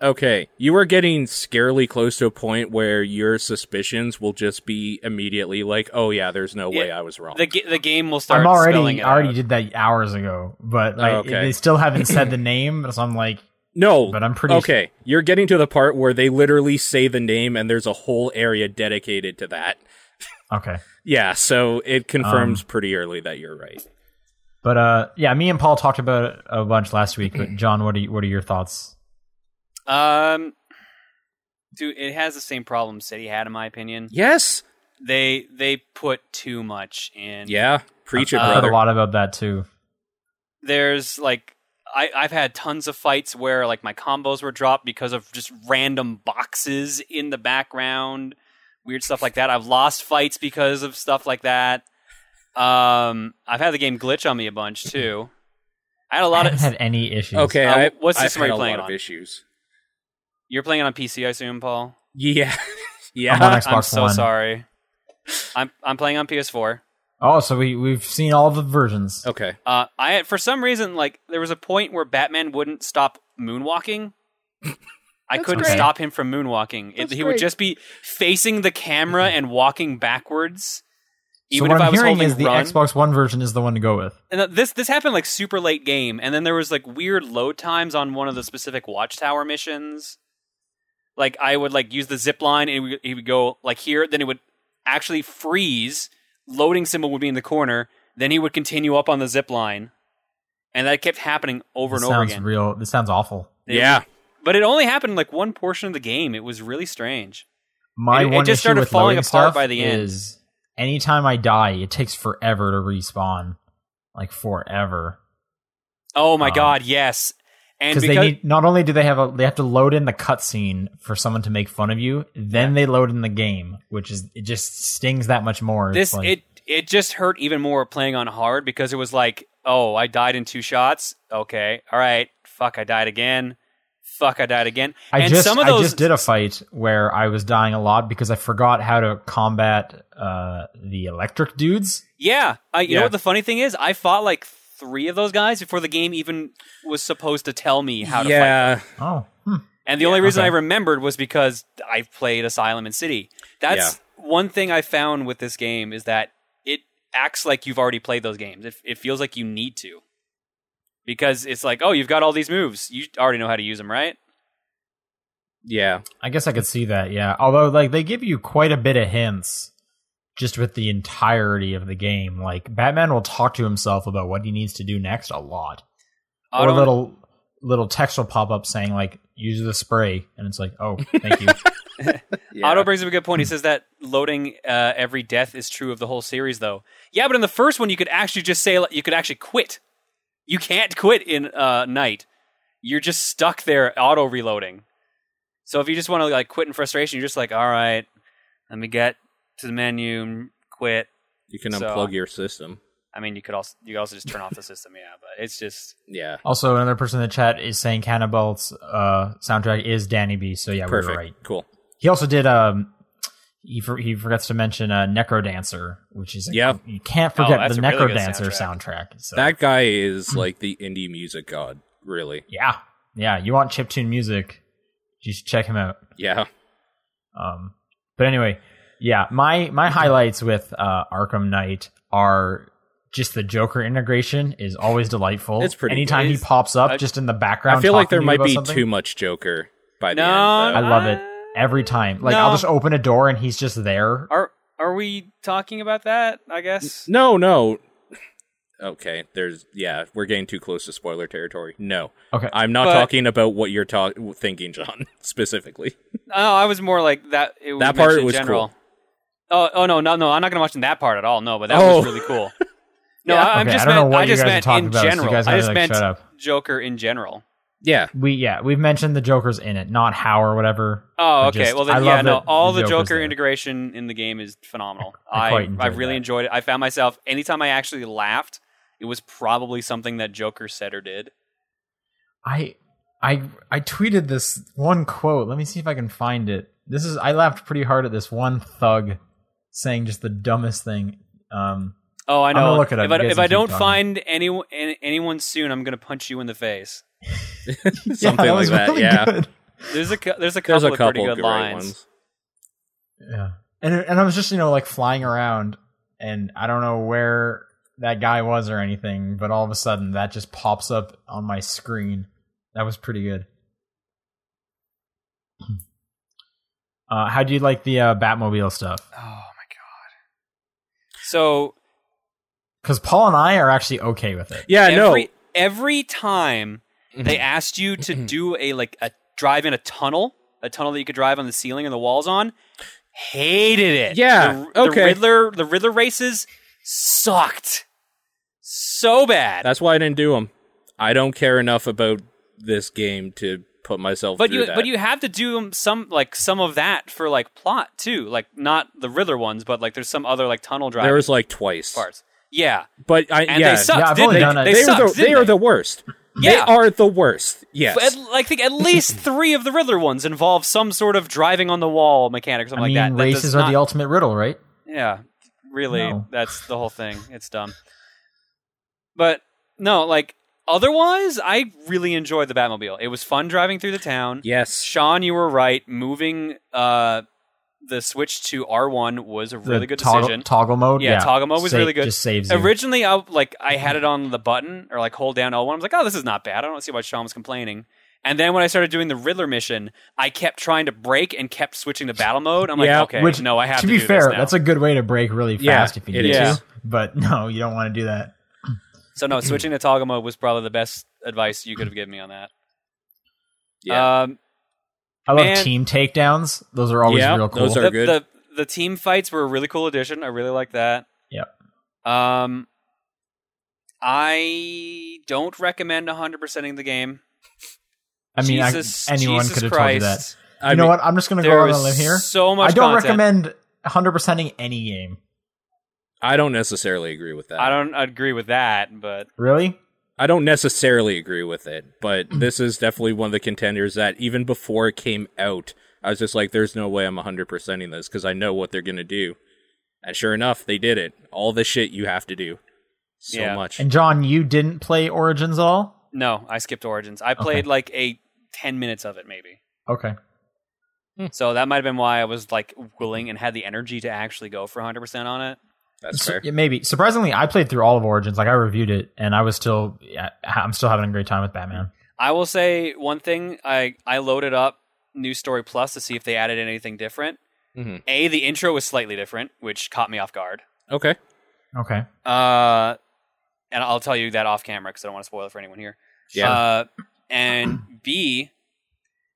A: Okay, you are getting scarily close to a point where your suspicions will just be immediately like, "Oh yeah, there's no way
B: Yeah,
A: I was wrong."
B: the ga- the game will start.
C: I'm
B: spelling
C: already
B: it
C: I already
B: out.
C: did that hours ago, but like,
A: okay.
C: they still haven't said the name. So I'm like,
A: no,
C: but I'm pretty
A: okay. You're getting to the part where they literally say the name, and there's a whole area dedicated to that.
C: okay.
A: Yeah, so it confirms
C: Um,
A: pretty early that you're right.
C: But uh, yeah, me and Paul talked about it a bunch last week. But John, what are you, what are your thoughts?
B: Um, dude, it has the same problem City had, in my opinion.
A: Yes.
B: They they put too much in.
A: Yeah. Preach it,
C: I've heard
A: brother.
C: a lot about that too.
B: There's like I I've had tons of fights where like my combos were dropped because of just random boxes in the background, weird stuff like that. I've lost fights because of stuff like that. Um, I've had the game glitch on me a bunch too. I had a
C: I
B: lot
C: haven't
B: of
C: had any issues.
A: Okay.
B: Uh,
A: I,
B: what
A: I've
B: system are
A: had
B: you
A: a
B: playing
A: lot
B: on?
A: of issues.
B: you're playing it on PC, I assume, Paul.
A: Yeah.
C: I'm on
A: yeah.
C: Xbox
B: I'm so
C: One.
B: sorry. I'm I'm playing on PS4.
C: Oh, so we we've seen all the versions.
A: Okay.
B: Uh, I for some reason like there was a point where Batman wouldn't stop moonwalking. I
A: That's
B: couldn't
C: great.
B: stop him from moonwalking. It,
A: That's
B: he would
A: great.
B: just be facing the camera and walking backwards. Even
C: so what
B: if
C: I'm
B: I was
C: hearing
B: holding
C: is the
B: run.
C: Xbox One version is the one to go with.
B: And th- this this happened like super late game, and then there was like weird load times on one of the specific watchtower missions. Like I would like use the zip line, and it would, it would go like here, then it would actually freeze. Loading symbol would be in the corner, then he would continue up on the zip line, and that kept happening over
C: This
B: and over
C: sounds
B: again.
C: real. This sounds awful.
B: It-
A: Yeah.
B: but it only happened in, like one portion of the game. It was really strange.
C: My
B: It- it
C: one
B: just
C: issue
B: started
C: with
B: falling
C: loading
B: apart
C: stuff
B: by the end.
C: is anytime I die, it takes forever to respawn, like forever.
B: Oh my
C: Oh.
B: god, yes. And
C: Because
B: because
C: they need not only do they have a they have to load in the cutscene for someone to make fun of you, then they load in the game, which is it just stings that much more. It's
B: this
C: like,
B: it it just hurt even more playing on hard because it was like, oh, I died in two shots. Okay, all right, fuck, I died again. Fuck, I died again.
C: I
B: and
C: just
B: some of
C: I
B: those,
C: just did a fight where I was dying a lot because I forgot how to combat uh, the electric dudes.
B: yeah. I, you know
A: Yeah.
B: what the funny thing is? I fought like three of those guys before the game even was supposed to tell me how to fight.
A: yeah.
C: Oh, hmm.
B: And the only reason
C: Okay.
B: I remembered was because I played Asylum and City. That's one thing I found with this game is that it acts like you've already played those games. It, it feels like you need to. Because it's like, oh, you've got all these moves. You already know how to use them, right?
A: Yeah.
C: I guess I could see that. Yeah, although like they give you quite a bit of hints just with the entirety of the game. Like Batman will talk to himself about what he needs to do next a lot. or
B: Auto-
C: a little little text will pop up saying like use the spray and it's like oh thank you
A: Yeah.
B: Otto brings up a good point. He says that loading uh, every death is true of the whole series, though. Yeah, but in the first one, you could actually just say like, you could actually quit. You can't quit in uh, night. You're just stuck there auto reloading. So if you just want to like quit in frustration, you're just like, all right, let me get to the menu, and quit.
A: you can
B: so-
A: unplug your system.
B: I mean, you could also you could also just turn off the system, yeah. But it's just
A: Yeah.
C: also another person in the chat is saying cannonball's uh soundtrack is danny b so yeah we
A: Perfect.
C: were right
A: Cool.
C: he also did um he, for, he forgets to mention uh, Necro Dancer, which is a,
A: Yeah.
C: you can't
B: Oh,
C: forget
B: that's
C: the
B: a really
C: Necro
B: good
C: Dancer
B: soundtrack.
C: soundtrack. so-
A: That guy is like the indie music god, really.
C: yeah, yeah. You want chiptune music? You should check him out.
A: Yeah.
C: Um, but anyway, yeah, my my highlights with uh, Arkham Knight are just the Joker integration is always delightful.
A: It's pretty
C: Anytime
A: good.
C: he pops up,
B: I-
C: just in the background.
A: I feel like
C: talking
A: there
C: to you
A: might
C: about
A: be
C: something,
A: too much Joker by the
B: no.
A: end. though.
C: I love it. every time. Like I'll
B: No.
C: just open a door and he's just there.
B: Are are we talking about that? I guess.
A: No, no. Okay, there's yeah, we're getting too close to spoiler territory. No,
C: Okay,
A: I'm not
B: But-
A: talking about what you're talk- thinking, John, specifically.
B: Oh, I was more like that. It was
A: That
B: mentioned
A: part
B: in
A: was
B: general. Oh, oh no, no, no! I'm not going to mention that part at all. No, but that
A: Oh.
B: was really cool. No,
A: Yeah.
B: I, I'm
C: okay,
B: just
C: I don't
B: meant.
C: know what
B: I just
C: you guys
B: meant
C: are talking
B: in
C: about. so
B: general.
C: you guys
B: I
C: gotta,
B: just
C: like,
B: meant
C: shut up.
B: Joker in general.
A: Yeah,
C: We yeah, we've mentioned the Joker's in it, not how or whatever.
B: Oh,
C: I
B: okay.
C: just-
B: well,
C: I
B: then, yeah,
C: love
B: no.
C: that
B: All the,
C: Joker's
B: Joker
C: there.
B: integration in the game is phenomenal.
C: I
B: I,
C: quite
B: I,
C: enjoyed
B: really
C: that.
B: enjoyed it. I found myself anytime I actually laughed, it was probably something that Joker said or did.
C: I I I tweeted this one quote. Let me see if I can find it. This is I laughed pretty hard at this one thug saying just the dumbest thing. Um
B: Oh, I
C: I'm gonna
B: know.
C: look it up.
B: If I,
C: You guys
B: if I
C: keep
B: don't
C: talking.
B: find anyone anyone soon, I'm going to punch you in the face.
A: Something like that, yeah.
C: good.
B: There's a cou- there's a couple
A: there's a
B: of
A: couple
B: pretty
A: of
B: good
A: great
B: lines.
A: ones.
C: Yeah. And and I was just, you know, like flying around and I don't know where that guy was or anything, but all of a sudden that just pops up on my screen. That was pretty good. Uh, how do you like the uh, Batmobile stuff?
B: Oh my god. So
C: because Paul and I are actually okay with it.
A: Yeah,
B: every,
A: no. Mm-hmm.
B: every time they asked you to do a like a drive in a tunnel, a tunnel that you could drive on the ceiling and the walls on, hated it.
A: Yeah,
B: The- the,
A: okay.
B: Riddler, the Riddler races sucked so bad.
A: That's why I didn't do them. I don't care enough about this game to put myself
B: but
A: through
B: you
A: that.
B: but you have to do some like some of that for like plot too, like not the Riddler ones, but like there's some other like tunnel driving
A: there was like twice.
B: parts. Yeah,
A: But I
B: and
A: yeah,
B: they sucked.
C: Yeah, I've
B: didn't
C: only
B: they?
C: done it.
B: They,
A: they,
B: sucked,
A: are the,
B: didn't
A: they are the worst. They
B: Yeah.
A: are the worst. Yes.
B: At, I think at least three of the Riddler ones involve some sort of driving on the wall mechanic or
C: I
B: something
C: mean,
B: like that. that does
C: races are the
B: not-
C: ultimate riddle, right?
B: yeah, really,
C: No.
B: that's the whole thing. It's dumb. But no, like otherwise, I really enjoyed the Batmobile. It was fun driving through the town.
A: yes.
B: Sean, you were right. Moving uh, the switch to R one was a really
C: the
B: good
C: toggle,
B: decision.
C: Toggle mode,
B: Yeah,
C: yeah,
B: toggle mode was
C: Sa-
B: really good.
C: Just saves you. Mm-hmm.
B: Originally, I like I had it on the button or like hold down L1. I was like, oh, this is not bad. I don't see why Sean was complaining. And then when I started doing the Riddler mission, I kept trying to break and kept switching to battle mode. I'm
A: Yeah,
B: like, okay,
C: Which,
B: no, I have
C: to
B: to,
C: be
B: do
C: fair,
B: This now.
C: that's a good way to break really
A: Yeah,
C: fast if you
A: it
C: need
B: is.
C: to. But no, you don't want to do that.
B: so no, switching to toggle mode was probably the best advice you could have given me on that.
A: Yeah.
B: Um,
C: I love
B: Man.
C: team takedowns; those are always
A: Yeah,
C: real cool.
A: those are-
B: the,
A: good.
B: the the team fights were a really cool addition. I really like that.
C: Yep.
B: Um, I don't recommend 100 percenting the game.
C: I mean, I-
B: Jesus,
C: anyone
B: Jesus
C: could have told you
B: Christ.
C: that.
A: I
C: you know
A: mean-
C: what? I'm just going to go
B: There
C: out on a
B: is
C: limb here.
B: So much.
C: I don't
B: content.
C: recommend 100%ing any game.
A: I don't necessarily agree with that.
B: I don't agree with that, but
C: Really?
A: I don't necessarily agree with it, but this is definitely one of the contenders that even before it came out, I was just like, there's no way I'm 100%ing this because I know what they're going to do. And sure enough, they did it. All the shit you have to do. So
B: Yeah.
A: much.
C: And John, you didn't play Origins at all?
B: no, I skipped Origins. I played like a ten minutes of it, maybe.
C: Okay.
B: So that might have been why I was like willing and had the energy to actually go for 100 percent on it.
A: That's
C: Su-
A: fair.
C: yeah, maybe. Surprisingly, I played through all of Origins. Like I reviewed it and I was still yeah, I'm still having a great time with Batman.
B: I will say one thing: I I loaded up New Story Plus to see if they added anything different.
A: Mhm.
B: A, the intro was slightly different, which caught me off guard.
A: Okay.
C: Okay.
B: Uh, and I'll tell you that off camera because I don't want to spoil it for anyone here.
A: Yeah.
B: Uh, and B,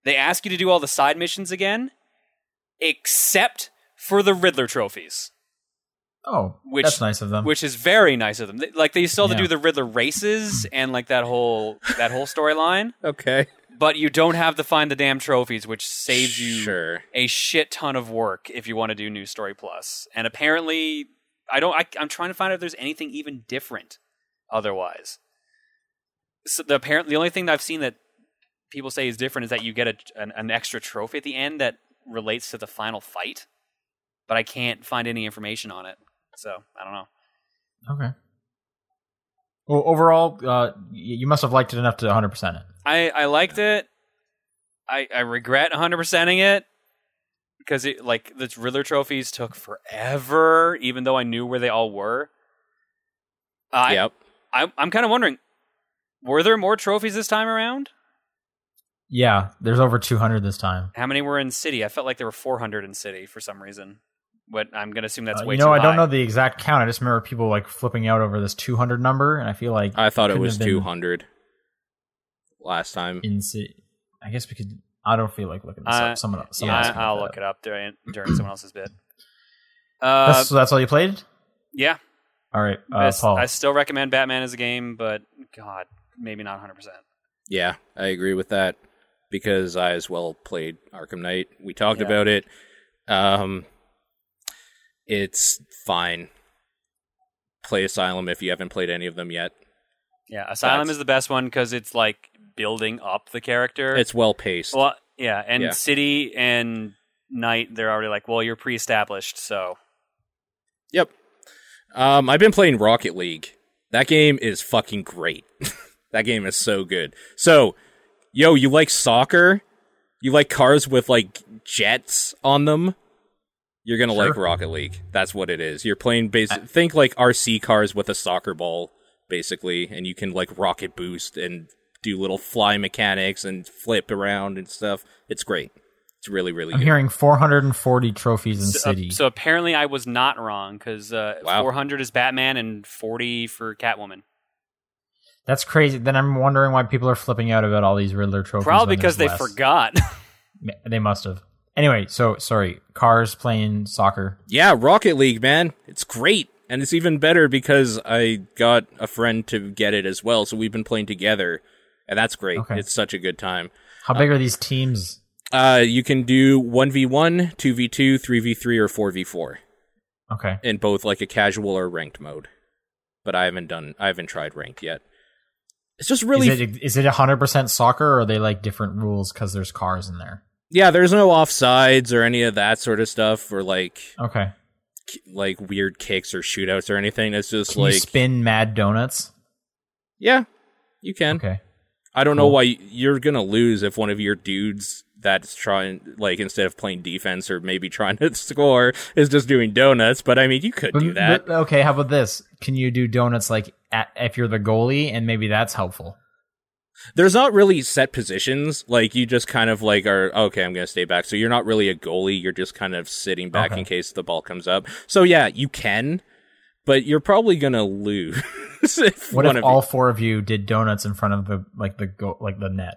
B: they ask you to do all the side missions again, except for the Riddler trophies,
C: Oh,
B: Which-
C: that's nice of them.
B: which is very nice of them. They- Like they still have to
C: Yeah.
B: do the Riddler races and like that whole that whole storyline,
A: okay.
B: but you don't have to find the damn trophies, which saves you
A: Sure.
B: a shit ton of work if you want to do New Story Plus. And apparently, I don't. I, I'm trying to find out if there's anything even different otherwise. So the apparent the only thing that I've seen that people say is different is that you get a, an, an extra trophy at the end that relates to the final fight, but I can't find any information on it. So I don't know.
C: okay. Well, overall, uh, y- you must have liked it enough to 100% it.
B: I I liked it. I I regret 100%ing it because it like the Riddler trophies took forever, even though I knew where they all were. I
A: yep.
B: I I'm kind of wondering, were there more trophies this time around?
C: Yeah, there's over 200 this time.
B: How many were in City? I felt like there were 400 in City for some reason, but I'm gonna assume that's
C: Uh,
B: way
C: you know,
B: too
C: I don't
B: high.
C: know the exact count. I just remember people like flipping out over this 200 number, and I feel like
A: I thought it
C: couldn't
A: was
C: have been-
A: 200 last time.
C: in ci- I guess we could. I don't feel like looking this
B: Uh,
C: up. Someone, else- someone else
B: I,
C: can
B: I'll
C: that
B: look
C: up.
B: it up during during someone else's bit. Uh,
C: That's, so that's all you played.
B: yeah,
C: All right, uh,
B: this-
C: Paul.
B: I still recommend Batman as a game, but God, maybe not 100. percent
A: Yeah, I agree with that because I as well played Arkham Knight. We talked
B: Yeah.
A: about it. Um, it's fine. Play Asylum if you haven't played any of them yet.
B: Yeah, Asylum
A: That's-
B: is the best one because it's like building up the character.
A: It's well paced.
B: well, yeah, and
A: Yeah.
B: City and Night, they're already like, well, you're pre-established, so
A: yep. Um, I've been playing Rocket League. That game is fucking great. that game is so good. So, yo, you like soccer? You like cars with like jets on them? You're gonna like
C: Sure.
A: Rocket League. That's what it is. You're playing base. think like RC cars with a soccer ball, basically, and you can like rocket boost and do little fly mechanics and flip around and stuff. It's great. It's really, really
C: I'm
A: good.
C: hearing 440 trophies in
B: So, uh,
C: city.
B: so apparently, I was not wrong because uh,
A: Wow.
B: 400 is Batman and 40 for Catwoman.
C: That's crazy. Then I'm wondering why people are flipping out about all these Riddler trophies.
B: Probably
C: when
B: because they
C: there's less.
B: forgot.
C: Ma- They must have. Anyway, so sorry. Cars playing soccer.
A: Yeah, Rocket League, man. It's great. And it's even better because I got a friend to get it as well. So we've been playing together. And that's great.
C: Okay.
A: It's such a good time.
C: How big are these teams?
A: Uh, you can do 1v1, 2v2, 3v3, or 4v4
C: Okay.
A: in both like a casual or ranked mode. But I haven't done, I haven't tried ranked yet. It's just really,
C: Is it is it 100% soccer or are they like different rules because there's cars in there?
A: yeah, there's no offsides or any of that sort of stuff or like,
C: Okay.
A: k- like weird kicks or shootouts or anything. It's just
C: Can
A: like,
C: you spin mad donuts?
A: yeah, you can.
C: Okay.
A: I don't know
C: Cool.
A: why you're gonna lose if one of your dudes that's trying like instead of playing defense or maybe trying to score is just doing donuts. But I mean, you could do
C: But-
A: that.
C: Um, but- okay, how about this? Can you do donuts like at, if you're the goalie and maybe that's helpful?
A: There's not really set positions. Like you just kind of like are okay. I'm gonna stay back. So you're not really a goalie. You're just kind of sitting back
C: Okay.
A: in case the ball comes up. So yeah, you can, but you're probably gonna lose. if
C: What
A: one
C: if
A: of you-
C: all four of you did donuts in front of the like the go- like the net?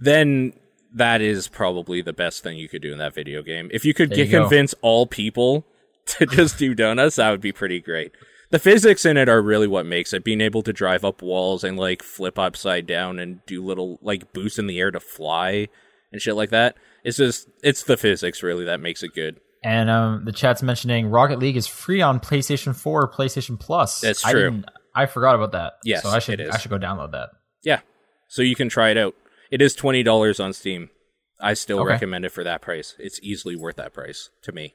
A: then that is probably the best thing you could do in that video game. If you could
C: There you
A: get,
C: go.
A: convince all people to just do donuts, that would be pretty great. The physics in it are really what makes it. Being able to drive up walls and like flip upside down and do little like boosts in the air to fly and shit like that. It's just it's the physics really that makes it good.
C: And um, the chat's mentioning Rocket League is free on PlayStation 4 or PlayStation Plus.
A: That's
C: I,
A: true.
C: didn't- I forgot about that.
A: Yes,
C: so I should
A: it is.
C: I should go download that.
A: Yeah. So you can try it out. It is twenty dollars on Steam. I still
C: Okay.
A: recommend it for that price. It's easily worth that price to me.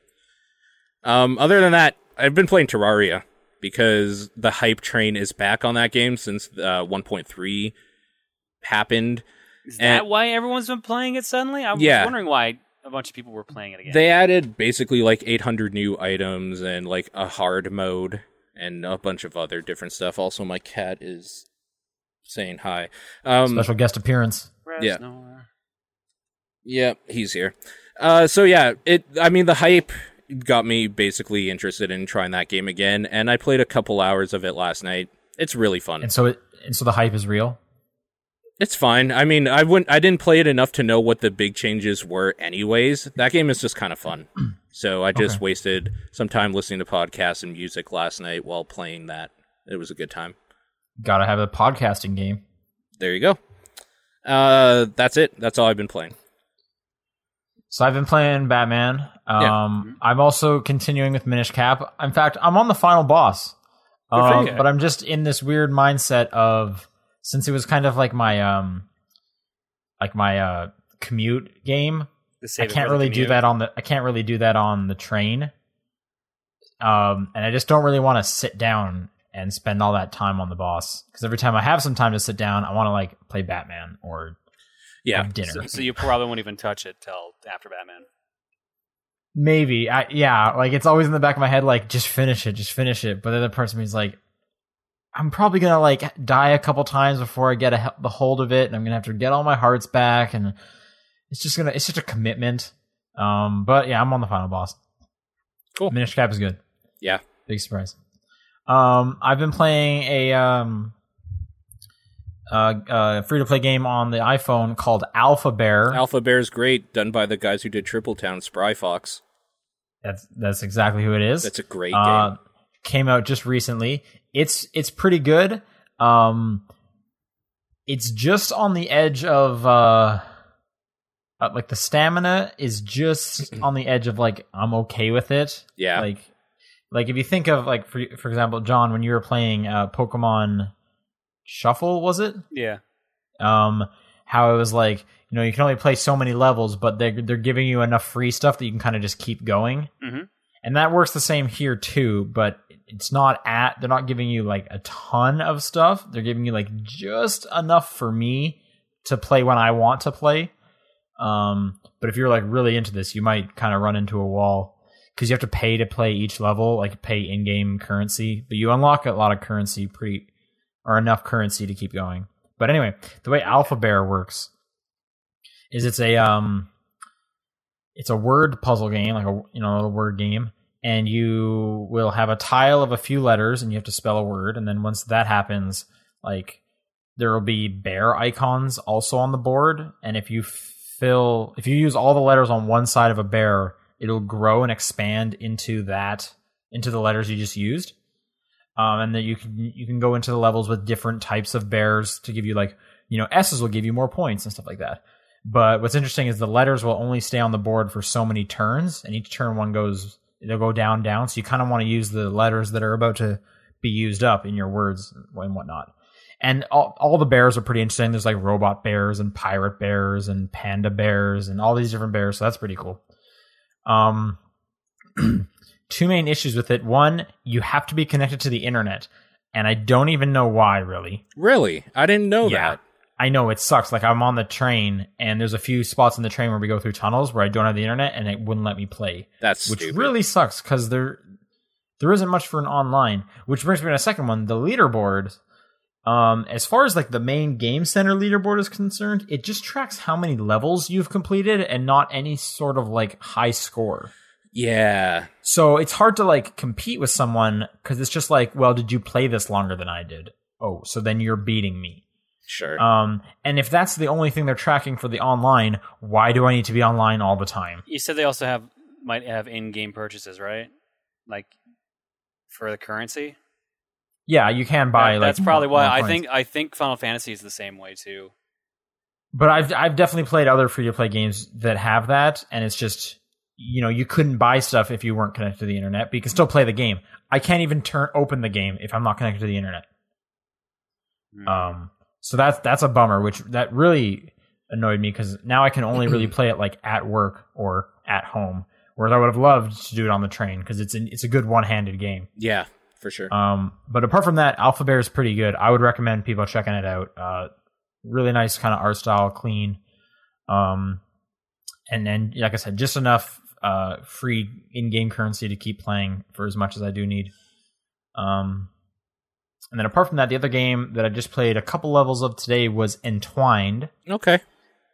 A: Um, other than that, I've been playing Terraria because the hype train is back on that game since uh, 1.3 happened.
B: Is
A: And-
B: that why everyone's been playing it suddenly? I was
A: Yeah.
B: wondering why a bunch of people were playing it again.
A: They added basically like 800 new items and like a hard mode and a bunch of other different stuff. Also, my cat is saying hi. Um,
C: Special guest appearance.
B: Rest
A: yeah.
B: nowhere.
A: Yeah, he's here. Uh, so yeah, it. I mean, the hype got me basically interested in trying that game again, and I played a couple hours of it last night. It's really fun.
C: And
A: It's,
C: so it and so the hype is real.
A: fine. I mean, I wouldn't. I didn't play it enough to know what the big changes were. Anyways, that game is just kind of fun. So I just
C: Okay.
A: wasted some time listening to podcasts and music last night while playing that. It was a good time.
C: Got to have a podcasting game.
A: There you go. Uh, that's it. That's all I've been playing.
C: So I've been playing Batman.
A: Yeah.
C: Um, I'm also continuing with Minish Cap. In fact, I'm on the final boss.
B: Good for
C: Um,
B: you.
C: but I'm just in this weird mindset of since it was kind of like my um, like my uh commute game.
B: The save
C: I
B: it
C: can't
B: for the
C: really do
B: commute.
C: that on the I can't really do that on the train. Um, and I just don't really want to sit down and spend all that time on the boss because every time I have some time to sit down, I want to like play Batman or
A: Yeah,
C: have dinner.
B: So, so you probably won't even touch it till after Batman.
C: Maybe. I yeah, like it's always in the back of my head, like, just finish it, just finish it. But the other part of me is like, I'm probably gonna like die a couple times before I get a, he- the hold of it, and I'm gonna have to get all my hearts back, and it's just gonna it's just a commitment. Um, but yeah, I'm on the final boss.
A: Cool.
C: Minish Cap is good.
A: Yeah.
C: big surprise. Um, I've been playing a um, uh, uh, free to play game on the iPhone called Alpha Bear.
A: Alpha Bear's great, done by the guys who did Triple Town, Spry Fox.
C: that's that's exactly who it is.
A: That's a great
C: uh,
A: game.
C: Came out just recently. It's it's pretty good. Um, it's just on the edge of uh, uh, like the stamina is just on the edge of like I'm okay with it.
A: Yeah.
C: Like like if you think of like for for example, John, when you were playing uh, Pokemon Shuffle, was it?
B: Yeah.
C: um, how it was like you know you can only play so many levels, but they're they're giving you enough free stuff that you can kind of just keep going,
B: Mhm.
C: and that works the same here too. But it's not at they're not giving you like a ton of stuff. They're giving you like just enough for me to play when I want to play. Um, but if you're like really into this, you might kind of run into a wall because you have to pay to play each level, like pay in-game currency. But you unlock a lot of currency, pretty or enough currency to keep going. But anyway, the way Alpha Bear works is it's a um it's a word puzzle game, like a you know a word game, and you will have a tile of a few letters, and you have to spell a word, and then once that happens, like there will be bear icons also on the board, and if you fill if you use all the letters on one side of a bear, it'll grow and expand into that into the letters you just used. Um, and then you can you can go into the levels with different types of bears to give you like you know S's will give you more points and stuff like that. But what's interesting is the letters will only stay on the board for so many turns, and each turn one goes they'll go down down. So you kind of want to use the letters that are about to be used up in your words and whatnot. And all, all the bears are pretty interesting. There's like robot bears and pirate bears and panda bears and all these different bears. So that's pretty cool. Um, two main issues with it. One, you have to be connected to the internet, and I don't even know why, really.
A: Really? I didn't know that.
C: I know it sucks. Like I'm on the train, and there's a few spots in the train where we go through tunnels where I don't have the internet, and it wouldn't let me play,
A: That's
C: which
A: stupid.
C: really sucks because there there isn't much for an online. Which brings me to a second one: the leaderboard. Um, as far as like the main game center leaderboard is concerned, it just tracks how many levels you've completed and not any sort of like high score.
A: yeah.
C: So it's hard to like compete with someone because it's just like, well, did you play this longer than I did? Oh, so then you're beating me.
A: Sure.
C: Um, and if that's the only thing they're tracking for the online, why do I need to be online all the time?
B: You said they also have might have in-game purchases, right? Like for the currency.
C: Yeah, you can buy.
B: That-
C: like,
B: that's probably why
C: more
B: I
C: coins.
B: think I think Final Fantasy is the same way too.
C: But I've I've definitely played other free to play games that have that, and it's just you know you couldn't buy stuff if you weren't connected to the internet, but you can still play the game. I can't even turn open the game if I'm not connected to the internet.
B: Mm. Uh,
C: Um, so that's that's a bummer, which that really annoyed me because now I can only really play it like at work or at home, whereas I would have loved to do it on the train because it's an, it's a good one handed game.
A: yeah, for sure.
C: Um, but apart from that, Alpha Bear is pretty good. I would recommend people checking it out. Uh, really nice kind of art style, clean. Um, and then, like I said, just enough uh, free in game currency to keep playing for as much as I do need. Um, and then, apart from that, the other game that I just played a couple levels of today was Entwined
A: okay.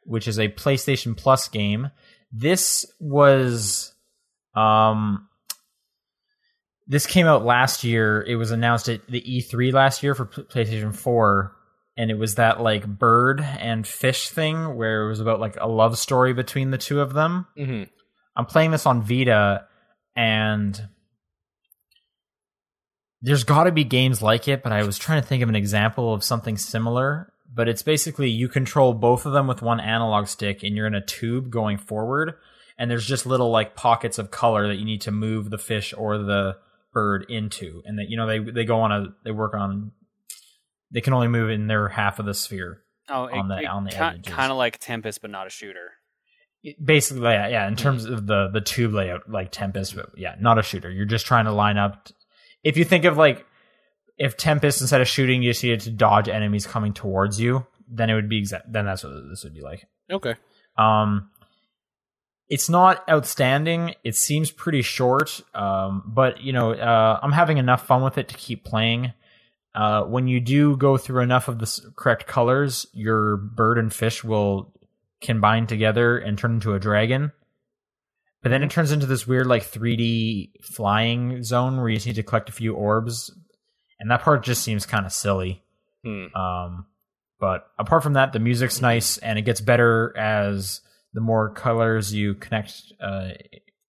C: which is a PlayStation Plus game. This was um this came out last year. It was announced at the E3 last year for P- PlayStation 4 and it was that like bird and fish thing where it was about like a love story between the two of them.
A: hmm
C: I'm playing this on Vita, and there's got to be games like it, but I was trying to think of an example of something similar. But it's basically you control both of them with one analog stick, and you're in a tube going forward. And there's just little like pockets of color that you need to move the fish or the bird into, and that you know they they go on a they work on they can only move in their half of the sphere.
B: oh, it,
C: on the- on the edges.
B: kind of like Tempest, but not a shooter.
C: It- basically yeah, yeah in terms of the the tube layout like tempest but yeah not a shooter you're just trying to line up if you think of like if tempest instead of shooting you just needed to dodge enemies coming towards you then it would be exact then that's what this would be like
A: Okay.
C: um, it's not outstanding. It seems pretty short, um, but you know, uh, I'm having enough fun with it to keep playing. Uh, when you do go through enough of the s- correct colors, your bird and fish will combine together and turn into a dragon. But then it turns into this weird, like 3D flying zone where you just need to collect a few orbs, and that part just seems kind of silly.
A: Hmm.
C: Um, but apart from that, the music's nice, and it gets better as the more colors you connect uh,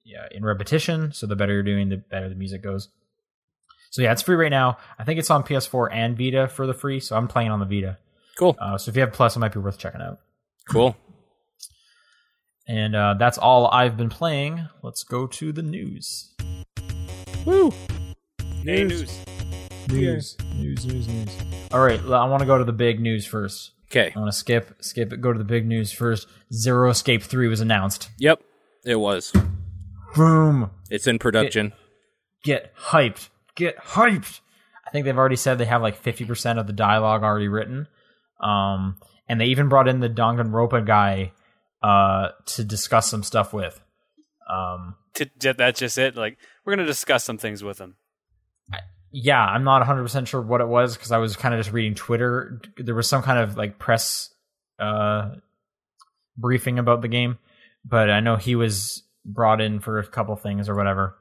C: yeah, in repetition. So the better you're doing, the better the music goes. So yeah, it's free right now. I think it's on PS4 and Vita for the free. So I'm playing on the Vita.
A: Cool.
C: Uh, so if you have Plus, it might be worth checking out.
A: Cool.
C: And uh, that's all I've been playing. Let's go to the news.
A: Woo.
B: Hey, news.
A: News.
C: news, news, news. All right, I want to go to the big news first.
A: Okay.
C: I want to skip, skip it. Go to the big news first. Zero Escape Three was announced.
A: Yep. It was.
C: Boom!
A: It's in production.
C: Get hyped. Get hyped. I think they've already said they have like fifty percent of the dialogue already written. Um, and they even brought in the Danganronpa guy uh, to discuss some stuff with. Um,
B: T- j- that's just it. Like we're gonna discuss some things with him.
C: yeah, I'm not 100 percent sure what it was because I was kind of just reading Twitter. There was some kind of like press uh, briefing about the game, but I know he was brought in for a couple things or whatever.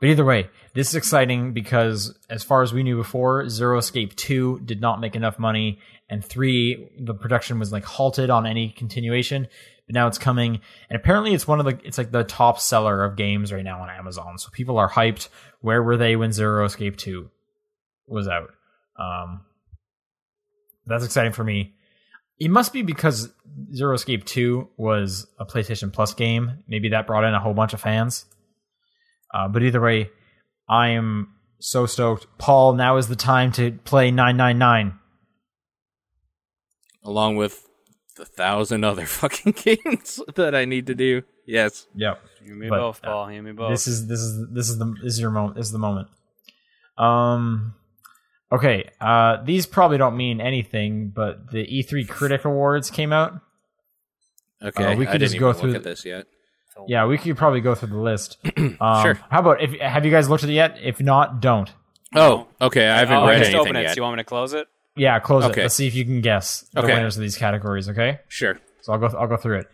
C: But either way, this is exciting because as far as we knew before, Zero Escape 2 did not make enough money and 3 the production was like halted on any continuation, but now it's coming and apparently it's one of the it's like the top seller of games right now on Amazon. So people are hyped. Where were they when Zero Escape 2 was out? Um that's exciting for me. It must be because Zero Escape 2 was a PlayStation Plus game. Maybe that brought in a whole bunch of fans. Uh, but either way, I am so stoked. Paul, now is the time to play 999.
A: along with the thousand other fucking games that I need to do. Yes.
C: Yep.
B: You and me
C: But,
B: both,
C: uh,
B: Paul. You and me both.
C: This is this is this is the this is your moment. This is the moment. Um okay, uh these probably don't mean anything, but the E3 Critic Awards came out.
A: Okay.
C: Uh, we
A: I
C: could
A: didn't
C: just
A: even
C: go
A: look
C: through
A: at
C: the-
A: this yet.
C: Yeah, we could probably go through the list. Um,
A: Sure.
C: How about if have you guys looked at it yet? If not, don't.
A: Oh, okay. I haven't
B: oh,
A: read
B: just
A: anything
B: open it.
A: yet.
B: Do you want me to close it?
C: Yeah, close
A: Okay.
C: it. Let's see if you can guess the
A: Okay.
C: winners of these categories. Okay,
A: Sure.
C: so I'll go. I'll go through it.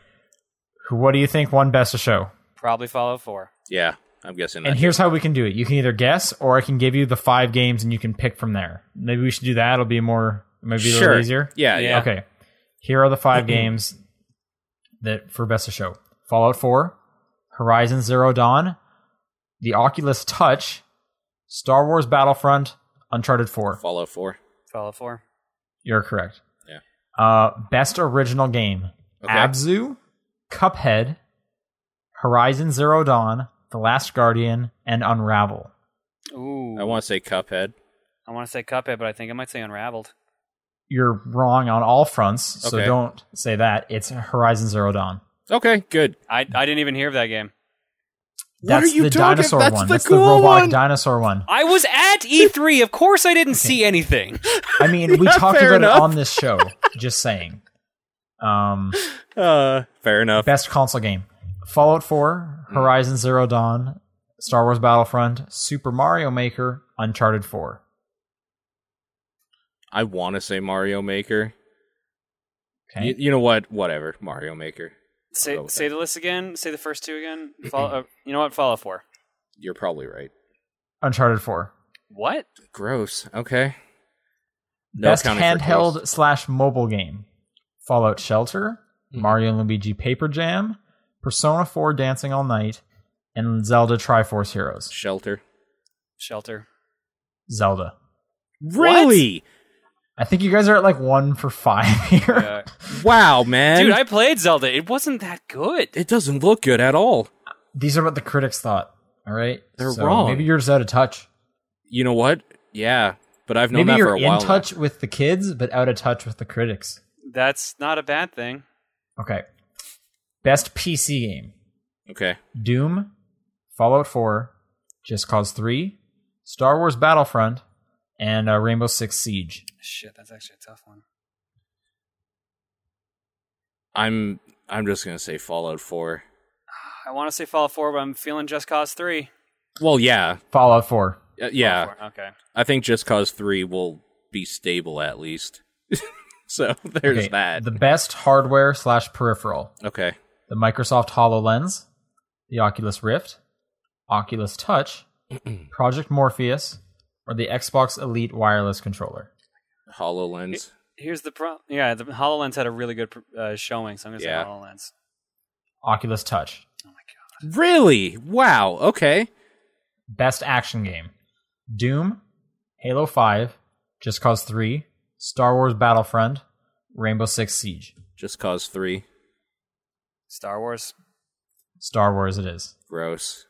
C: What do you think won Best of Show?
B: Probably Fallout 4.
A: Yeah. I'm guessing.
C: And
A: that.
C: here's how we can do it. You can either guess, or I can give you the five games, and you can pick from there. Maybe we should do that. It'll be more. Maybe a little
A: Sure.
C: easier.
A: Yeah. Yeah.
B: Yeah.
C: Okay. Here are the five games that for best of show: Fallout 4, Horizon Zero Dawn, the Oculus Touch, Star Wars Battlefront, Uncharted 4.
A: Follow four.
B: Fallout 4.
C: You're correct.
A: Yeah.
C: Uh, best original game:
A: Okay.
C: Abzu, Cuphead, Horizon Zero Dawn, The Last Guardian, and Unravel.
B: Ooh.
A: I want to say Cuphead.
B: I want to say Cuphead, but I think I might say Unraveled.
C: You're wrong on all fronts, so
A: Okay.
C: don't say that. It's Horizon Zero Dawn.
A: Okay. Good.
B: I, I didn't even hear of that game.
A: What
C: That's
A: are you
C: the
A: talking-
C: dinosaur
A: that's
C: one.
A: the
C: that's the
A: cool
C: robot
A: one.
C: dinosaur one.
B: I was at E3. Of course I didn't see anything.
C: I mean, we
A: Yeah,
C: talked
A: fair
C: about
A: enough.
C: it on this show. Just saying. Um,
A: Uh, fair enough.
C: best console game: Fallout
A: Hmm.
C: 4, Horizon Zero Dawn, Star Wars Battlefront, Super Mario Maker, Uncharted 4.
A: I want to say Mario Maker.
C: Okay.
A: You, you know what? Whatever. Mario Maker.
B: Say,
A: Go with
B: say the list again. Say the first two again. Fall, uh, you know what? Fallout 4.
A: You're probably right.
C: Uncharted 4.
B: What?
A: Gross. Okay. No
C: Best
A: accounting for gross.
C: handheld slash mobile game: Fallout Shelter,
A: Mhm.
C: Mario and Luigi Paper Jam, Persona 4 Dancing All Night, and Zelda Triforce Heroes.
A: shelter.
B: Shelter.
C: Zelda.
A: Really?
C: I think you guys are at like one for five here.
B: Yeah.
A: Wow, man.
B: Dude, I played Zelda. It wasn't that good.
A: it doesn't look good at all.
C: These are what the critics thought. All right,
A: They're
C: So
A: wrong.
C: Maybe you're just out of touch.
A: You know what? Yeah, but I've known that
C: maybe
A: for
C: you're
A: a
C: in
A: while. now.
C: touch with the kids, but out of touch with the critics.
B: That's not a bad thing.
C: Okay. Best PC game:
A: Okay.
C: Doom, Fallout 4, Just Cause 3, Star Wars Battlefront, and uh, Rainbow Six Siege.
B: Shit, that's actually a tough one.
A: I'm I'm just gonna say Fallout Four.
B: I want to say Fallout 4, but I'm feeling Just Cause 3.
A: Well, yeah,
C: Fallout 4.
A: Uh, yeah.
B: Fallout 4, Okay.
A: I think Just Cause Three will be stable at least. so there's
C: Okay,
A: that.
C: The best hardware slash peripheral:
A: okay.
C: the Microsoft Hololens, the Oculus Rift, Oculus Touch, Project Morpheus, or the Xbox Elite wireless controller.
A: Hololens.
B: Here's the pro. Yeah, the HoloLens had a really good uh, showing, so I'm going to
A: Yeah.
B: say HoloLens.
C: Oculus Touch.
B: Oh my god.
A: Really? Wow. Okay.
C: Best action game: Doom, Halo 5, Just Cause 3, Star Wars Battlefront, Rainbow Six Siege.
A: Just Cause Three.
B: Star Wars.
C: Star Wars it is.
A: Gross.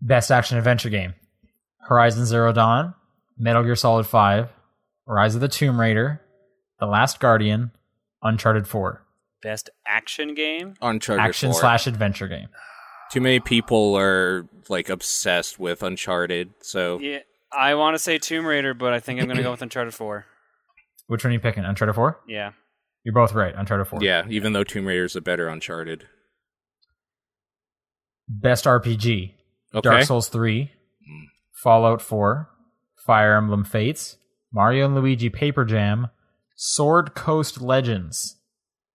C: Best action adventure game: Horizon Zero Dawn, Metal Gear Solid 5, Rise of the Tomb Raider, The Last Guardian, Uncharted 4.
B: Best action game?
A: Uncharted
C: Action
A: 4.
C: slash adventure game.
A: Too many people are like obsessed with Uncharted. So
B: Yeah, I want to say Tomb Raider, but I think I'm going to go with Uncharted 4.
C: Which one are you picking? Uncharted 4?
B: Yeah.
C: You're both right. Uncharted 4.
A: yeah, even though Tomb Raider's a better Uncharted.
C: Best RPG:
A: Okay.
C: Dark Souls 3, Fallout 4, Fire Emblem Fates, Mario and Luigi Paper Jam, Sword Coast Legends,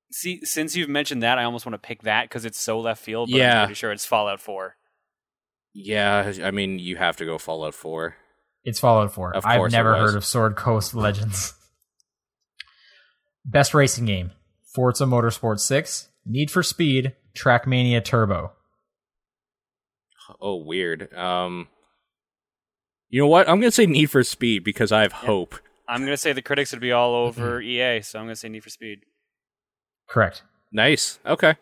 B: See, since you've mentioned that, I almost want to pick that because it's so left field. But
A: Yeah.
B: I'm pretty sure it's Fallout Four.
A: Yeah, I mean, you have to go Fallout 4.
C: It's Fallout 4.
A: Of
C: I've
A: course it
C: never
A: was.
C: heard of Sword Coast Legends. Best racing game: Forza Motorsport 6, Need for Speed, Trackmania Turbo.
A: Oh, weird. Um, you know what? I'm gonna say Need for Speed because I have hope.
B: I'm gonna say the critics would be all
A: Mm-hmm.
B: over EA, so I'm gonna say Need for Speed.
C: Correct.
A: Nice. Okay.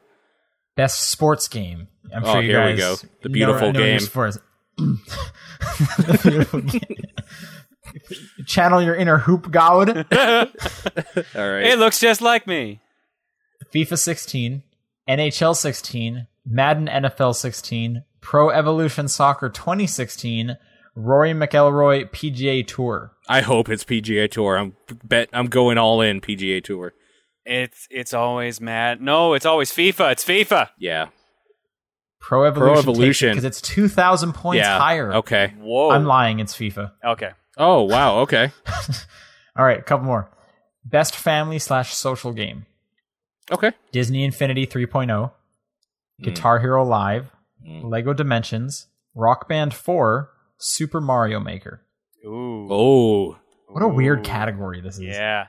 C: Best sports game. I'm
A: Oh,
C: sure you
A: here we
C: guys
A: go. The
C: know-
A: beautiful
C: know your
A: game.
C: sports. the beautiful game. Channel your inner hoop god.
A: All right.
B: It looks just like me.
C: FIFA 16, NHL 16, Madden NFL 16, Pro Evolution Soccer 2016, Rory McElroy PGA Tour.
A: I hope it's PGA Tour. I'm bet I'm going all in PGA Tour.
B: It's it's always mad. No, it's always FIFA. It's FIFA.
A: Yeah.
C: Pro Evolution.
A: Evolution.
C: Because it's 2,000 points
A: yeah.
C: higher.
A: Okay.
B: Whoa.
C: I'm lying. It's FIFA.
B: Okay.
A: Oh wow. Okay.
C: All right, couple more. Best family slash social game.
A: Okay.
C: Disney Infinity 3.0, Guitar Hero Live,
A: Mm.
C: Lego Dimensions, Rock Band 4, Super Mario Maker.
B: Ooh.
A: Oh,
C: What a weird
B: Ooh.
C: category this is.
B: Yeah.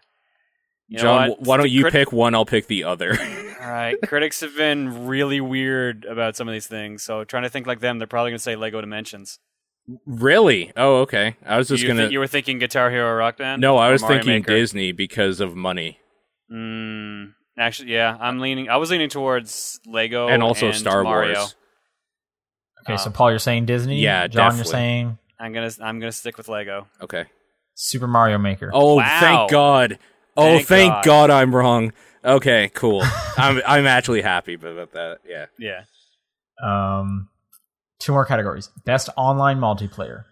B: You know
A: John,
B: what?
A: wh- why don't you
B: Crit-
A: pick one? I'll pick the other.
B: All right. Critics have been really weird about some of these things, so trying to think like them, they're probably gonna say Lego Dimensions.
A: really? Oh, okay. I was just
B: you,
A: gonna.
B: think- you were thinking Guitar Hero Rock Band?
A: no, I
B: Or
A: was
B: Mario
A: thinking
B: Maker?
A: Disney because of money
B: Mm, actually, yeah, I'm leaning. I was leaning towards Lego
A: and also Star
B: Oh, Mario.
A: Wars.
C: Okay, so
B: Um,
C: Paul, you're saying Disney?
A: yeah,
C: John,
A: definitely.
C: you're saying
B: I'm gonna I'm gonna stick with Lego.
A: Okay.
C: Super Mario Maker.
A: Oh,
B: Wow.
A: thank God. Oh,
B: Thank
A: thank,
B: God.
A: God. I'm wrong. Okay, cool. I'm I'm actually happy about that. Yeah.
B: Yeah.
A: Oh.
C: Um, two more categories. Best online multiplayer.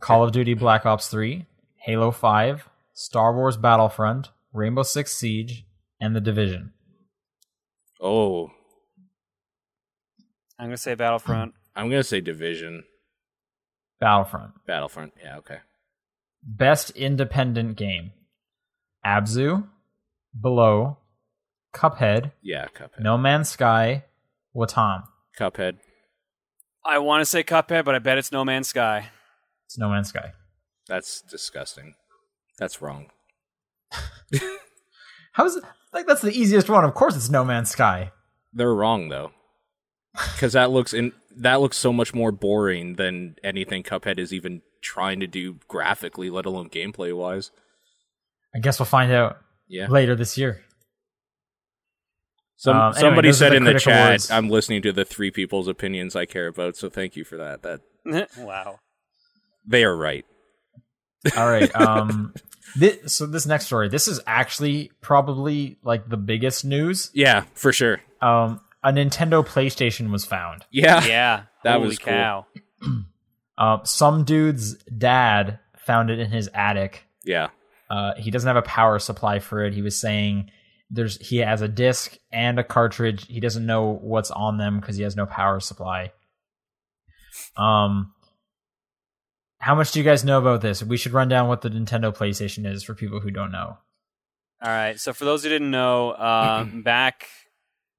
C: Call of Duty Black Ops 3, Halo 5, Star Wars Battlefront, Rainbow Six Siege, and The Division.
A: Oh,
B: I'm gonna say Battlefront.
A: I'm gonna say Division
C: Battlefront.
A: Battlefront. Yeah. Okay.
C: Best independent game. Abzu, Below, Cuphead,
A: Yeah. Cuphead.
C: No Man's Sky, Watam.
A: Cuphead.
B: I want to say Cuphead, but I bet it's No Man's Sky.
C: It's No Man's Sky.
A: That's disgusting. That's wrong.
C: How is it? Like, that's the easiest one. Of course it's No Man's Sky.
A: They're wrong though, because that looks in that looks so much more boring than anything Cuphead is even trying to do graphically, let alone gameplay wise.
C: I guess we'll find out
A: Yeah.
C: later this year.
A: Some,
C: Um, anyway,
A: somebody
C: those are
A: said
C: the
A: in the
C: critical
A: chat,
C: words.
A: "I'm listening to the three people's opinions I care about." So thank you for that. That
B: wow.
A: they are right.
C: All right. Um, thi- so this next story, this is actually probably like the biggest news.
A: Yeah, for sure.
C: Um, a Nintendo PlayStation was found.
A: Yeah,
B: Yeah.
A: That
B: Holy
A: was cool.
B: cow.
C: Um, some dude's dad found it in his attic.
A: yeah,
C: Uh, he doesn't have a power supply for it. He was saying there's he has a disc and a cartridge. He doesn't know what's on them because he has no power supply. Um, how much do you guys know about this? We should run down what the Nintendo PlayStation is for people who don't know.
B: All right. So for those who didn't know, um, back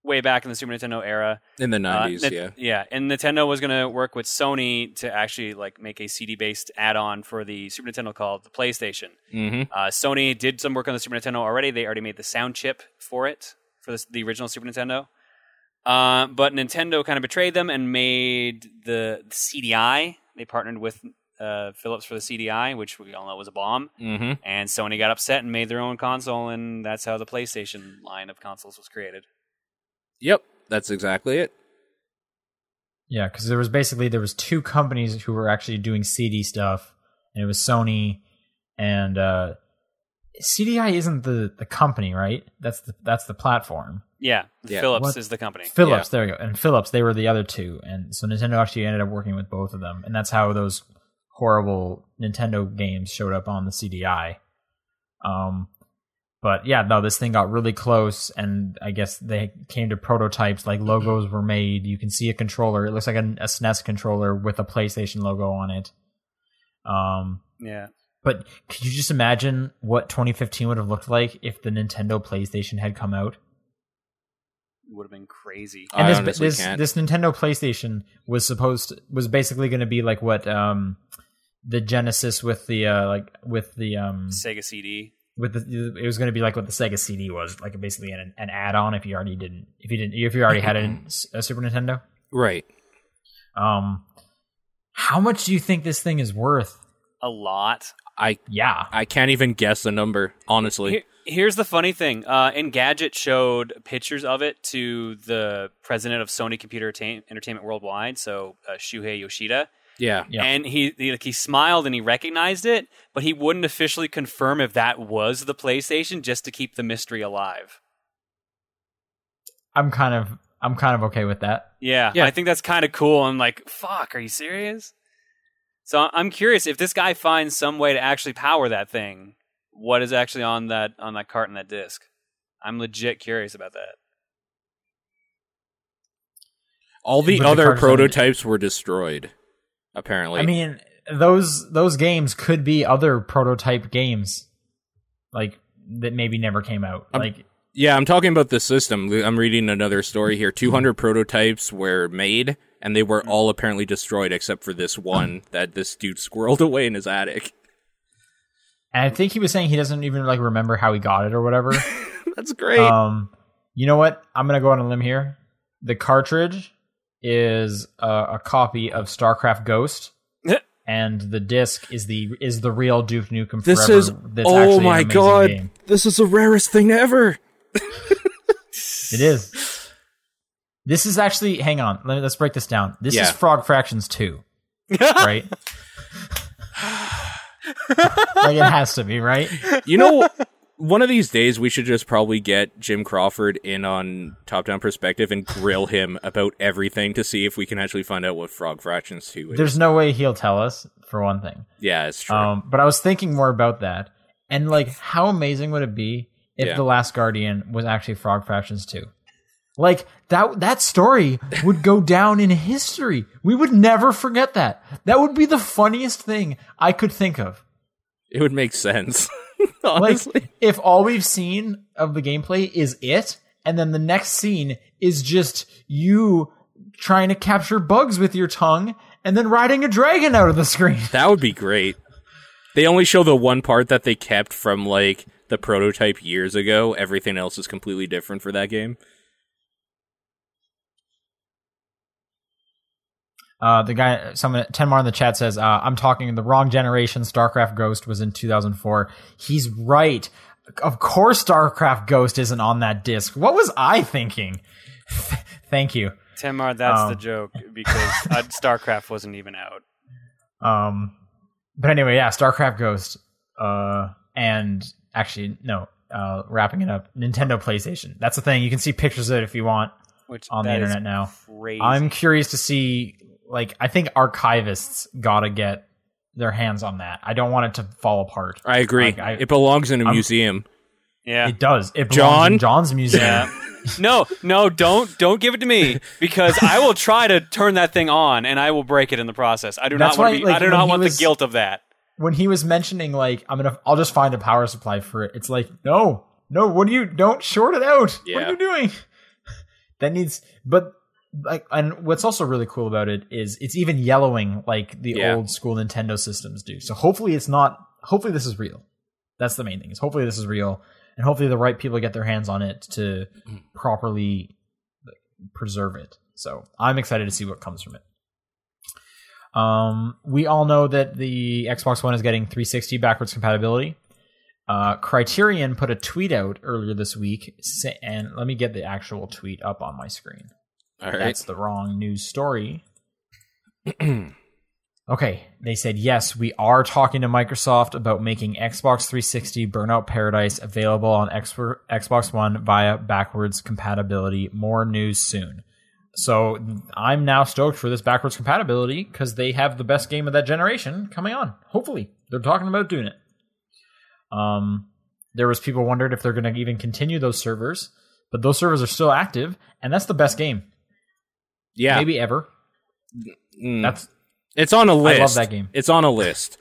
B: way back in the Super Nintendo era,
A: in the
B: uh,
A: '90s.
B: Nit-
A: yeah,
B: yeah, and Nintendo was gonna work with Sony to actually like make a CD-based add-on for the Super Nintendo called the PlayStation.
A: mm-hmm.
B: Uh, Sony did some work on the Super Nintendo already. They already made the sound chip for it for this, the original Super Nintendo. Uh, but Nintendo kind of betrayed them and made the CDI. They partnered with uh, Philips for the CDI, which we all know was a bomb.
A: mm-hmm.
B: And Sony got upset and made their own console, and that's how the PlayStation line of consoles was created.
A: Yep, that's exactly it.
C: Yeah, because there was basically there was two companies who were actually doing CD stuff, and it was Sony and uh, CDI isn't the the company, right? That's the that's the platform.
B: Yeah,
A: Yeah.
B: Philips
C: What?
B: is the company.
C: Philips, there you go, and Philips they were the other two, and so Nintendo actually ended up working with both of them, and that's how those horrible Nintendo games showed up on the CDI. Um, but yeah, no, this thing got really close, and I guess they came to prototypes. Like logos were made. You can see a controller. It looks like an- a, SNES controller with a PlayStation logo on it. Um,
B: Yeah,
C: but could you just imagine what 2015 would have looked like if the Nintendo PlayStation had come out?
B: would have been crazy.
A: I
C: and this,
A: honestly
C: this,
A: can't.
C: this Nintendo PlayStation was supposed to, was basically going to be like what um the Genesis with the uh like with the um
B: Sega CD.
C: with the it was going to be like what the Sega CD was like basically an, an add on if you already didn't if you didn't if you already had
A: Mm-hmm.
C: a, a Super Nintendo.
A: Right.
C: Um, how much do you think this thing is worth?
B: A lot.
A: I
C: Yeah,
A: I can't even guess the number, honestly.
B: Here- here's the funny thing. Uh, Engadget showed pictures of it to the president of Sony Computer Atta- Entertainment Worldwide, so uh, Shuhei Yoshida,
A: Yeah.
C: Yeah.
B: and he, he like he smiled and he recognized it, but he wouldn't officially confirm if that was the PlayStation just to keep the mystery alive.
C: I'm kind of I'm kind of okay with that.
B: Yeah,
A: Yeah.
B: I think that's kind of cool. I'm like, fuck, are you serious? So I- I'm curious if this guy finds some way to actually power that thing. What is actually on that on that cart and that disc? I'm legit curious about that.
A: All the
C: But the
A: other
C: cartridge-
A: prototypes were destroyed, apparently.
C: I mean, those those games could be other prototype games, like that maybe never came out.
A: Um,
C: like
A: yeah, I'm talking about the system. I'm reading another story here. 200 prototypes were made, and they were all apparently destroyed except for this one that this dude squirreled away in his attic.
C: And I think he was saying he doesn't even like remember how he got it or whatever.
A: That's great.
C: um, you know what? I'm gonna go on a limb here. The cartridge is uh, a copy of StarCraft Ghost, and the disc is the is the real Duke Nukem.
A: this
C: Forever
A: is
C: that's actually
A: oh
C: an
A: my
C: amazing
A: god!
C: game.
A: This is the rarest thing ever.
C: It is. This is actually. Hang on. Let me, let's break this down. This
A: Yeah.
C: is Frog Fractions Two, right? like it has to be, right?
A: You know, one of these days we should just probably get Jim Crawford in on Top Down Perspective and grill him about everything to see if we can actually find out what Frog Fractions Two is.
C: There's no way he'll tell us for one thing.
A: yeah, it's true.
C: Um, but I was thinking more about that, and like, how amazing would it be if
A: Yeah.
C: the Last Guardian was actually Frog Fractions Two? Like that that story would go down in history. We would never forget that. That would be the funniest thing I could think of.
A: it would make sense.
C: Like
A: Honestly,
C: if all we've seen of the gameplay is it, and then the next scene is just you trying to capture bugs with your tongue and then riding a dragon out of the screen.
A: that would be great. They only show the one part that they kept from like the prototype years ago. Everything else is completely different for that game.
C: Uh, the guy, someone, Tenmar in the chat says, uh, "I'm talking the wrong generation. StarCraft Ghost was in 2004. He's right. Of course, StarCraft Ghost isn't on that disc. What was I thinking? Thank you.
B: Tamar, that's the
C: Um.
B: joke because uh, StarCraft wasn't even out.
C: Um, but anyway, yeah, StarCraft Ghost. Uh, and actually, no. Uh, wrapping it up, Nintendo PlayStation. That's the thing. You can see pictures of it if you want.
B: Which
C: On the
B: that is
C: internet now.
B: Crazy.
C: I'm curious to see. Like, I think archivists gotta get their hands on that. I don't want it to fall apart.
A: I agree.
C: Like, I-
A: it belongs in a
C: I'm-
A: museum.
B: yeah.
C: It does. It belongs
A: John?
C: in John's museum.
B: yeah. no, no, don't don't give it to me because I will try to turn that thing on and I will break it in the process. I do
C: That's
B: not want
C: why,
B: to be,
C: like,
B: I do
C: when
B: not
C: he
B: want
C: was-
B: the guilt of that.
C: When he was mentioning like I'm gonna, I'll just find a power supply for it. It's like no, no. What do you? Don't short it out. What
A: Yeah.
C: are you doing? that needs. But like, and what's also really cool about it is it's even yellowing like the
A: Yeah.
C: old school Nintendo systems do. So hopefully it's not. Hopefully this is real. That's the main thing. Is hopefully this is real, and hopefully the right people get their hands on it to properly like, preserve it. So I'm excited to see what comes from it. Um, we all know that the Xbox One is getting 360 backwards compatibility. Uh, Criterion put a tweet out earlier this week, sa- and let me get the actual tweet up on my screen.
A: All right.
C: That's the wrong news story. Okay, they said yes, we are talking to Microsoft about making Xbox 360 Burnout Paradise available on X- Xbox One via backwards compatibility. More news soon. So I'm now stoked for this backwards compatibility because they have the best game of that generation coming on. Hopefully, they're talking about doing it. Um, there was people wondered if they're going to even continue those servers, but those servers are still active, and that's the best game
A: yeah.
C: maybe ever.
A: Mm.
C: That's
A: It's on a list.
C: love that game.
A: It's on a list.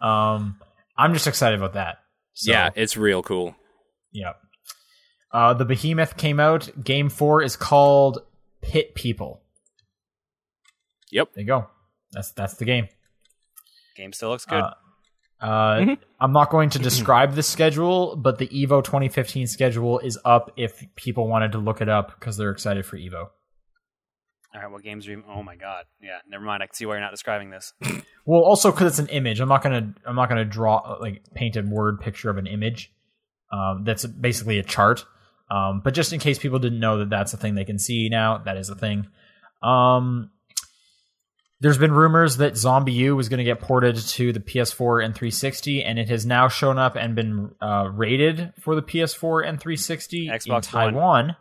C: um, I'm just excited about that. So,
A: Yeah, it's real cool.
C: yeah. Uh, the Behemoth came out. Game four is called Pit People.
A: Yep.
C: There you go. That's that's the game.
B: Game still looks good.
C: Uh, Uh,
A: Mhm.
C: I'm not going to describe the schedule, but the Evo 2015 schedule is up if people wanted to look it up because they're excited for Evo.
B: All right, what games are you? Oh my god, yeah. Never mind. I can see why you're not describing this.
C: Well, also because it's an image, I'm not gonna I'm not gonna draw like paint a word picture of an image. Um, that's basically a chart. Um, but just in case people didn't know that that's a thing they can see now, that is a thing. Um, there's been rumors that Zombie U was going to get ported to the PS4 and 360, and it has now shown up and been uh, rated for the PS4 and 360
B: Xbox
C: in
B: One.
C: Taiwan.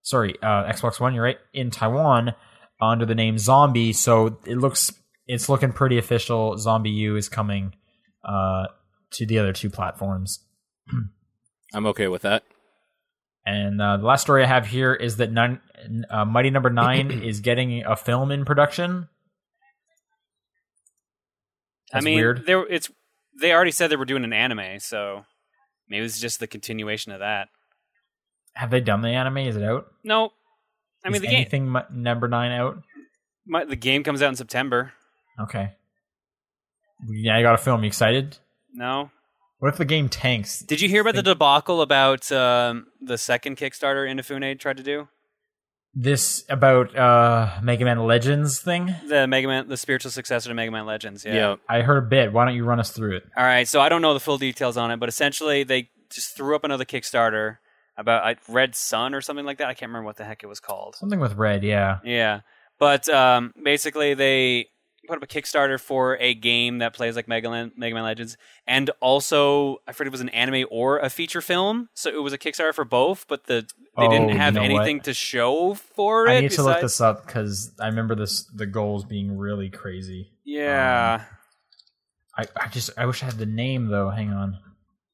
C: Sorry, uh, Xbox One. You're right in Taiwan under the name Zombie. So it looks it's looking pretty official. Zombie U is coming uh, to the other two platforms.
A: I'm okay with that.
C: And uh, the last story I have here is that nine, uh, Mighty Number Nine is getting a film in production.
B: I
C: That's
B: mean,
C: weird.
B: there it's they already said they were doing an anime, so maybe it's just the continuation of that.
C: Have they done the anime? Is it out?
B: No, I mean
C: is
B: the game.
C: anything Mi- Number Nine out?
B: My, the game comes out in September.
C: Okay. Yeah, I got a film. You excited?
B: No,
C: What if the game tanks?
B: did you hear about the
C: Think-
B: debacle about um, the second Kickstarter Inafune tried to do
C: This about uh, Mega Man Legends thing?
B: the Mega Man, the spiritual successor to Mega Man Legends?
A: Yeah.
C: I heard a bit. Why don't you run us through it?
B: All right, so I don't know the full details on it, but essentially they just threw up another Kickstarter about I Red Sun or something like that. I can't remember what the heck it was called.
C: Something with red, yeah.
B: Yeah, but um, basically they put up a Kickstarter for a game that plays like Mega, Lan- Mega Man Legends, and also I forget if it was an anime or a feature film. So it was a Kickstarter for both, but the they
C: Oh,
B: didn't
C: you
B: have
C: know
B: anything
C: what?
B: to show for it.
C: I need to look
B: besides-
C: this up because I remember this the goals being really crazy.
B: Yeah,
C: I, I just I wish I had the name though. Hang on.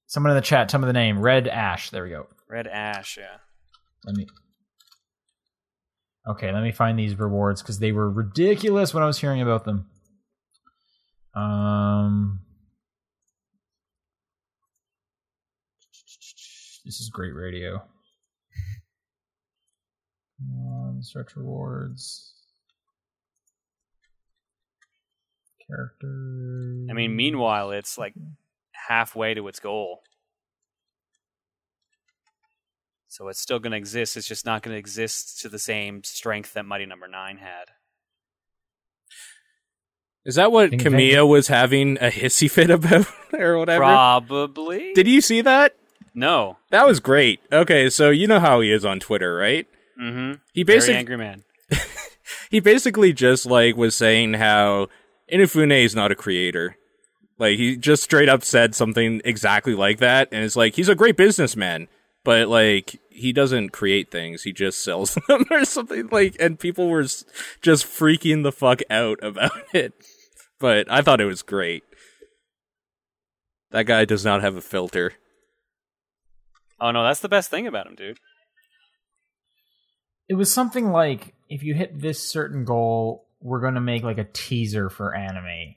C: Someone in the chat, tell me the name. Red Ash. There we go.
B: Red Ash. Yeah.
C: Let me. Okay, let me find these rewards because they were ridiculous when I was hearing about them. Um. This is great radio. Um, search rewards. Character.
B: I mean, meanwhile, it's like halfway to its goal. So it's still going to exist. It's just not going to exist to the same strength that Mighty Number Nine had.
A: Is that what
C: Think-
A: Camilla was having a hissy fit about or whatever?
B: Probably.
A: Did you see that?
B: No.
A: That was great. Okay, so you know how he is on Twitter, right?
B: Mm-hmm.
A: He
B: Very
A: basically
B: angry man.
A: he basically just like was saying how Inafune is not a creator. Like he just straight up said something exactly like that, and it's like he's a great businessman, but like he doesn't create things; he just sells them or something. Like, and people were s- just freaking the fuck out about it. But I thought it was great. That guy does not have a filter.
B: Oh no, that's the best thing about him, dude.
C: it was something like if you hit this certain goal, we're going to make like a teaser for anime,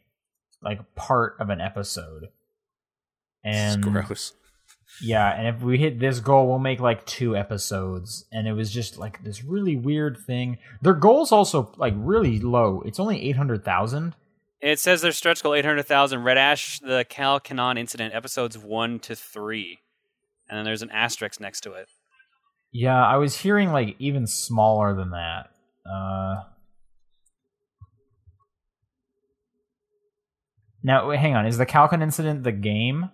C: like part of an episode. And
A: it's gross.
C: yeah, and if we hit this goal, we'll make like two episodes. And it was just like this really weird thing. Their goal's also like really low. It's only 800,000.
B: It says their stretch goal eight hundred thousand. Red Ash, the Cal Kanon incident, episodes one to three, and then there's an asterisk next to it.
C: Yeah, I was hearing like even smaller than that. Uh Now, wait, hang on. Is the Calcon incident the game?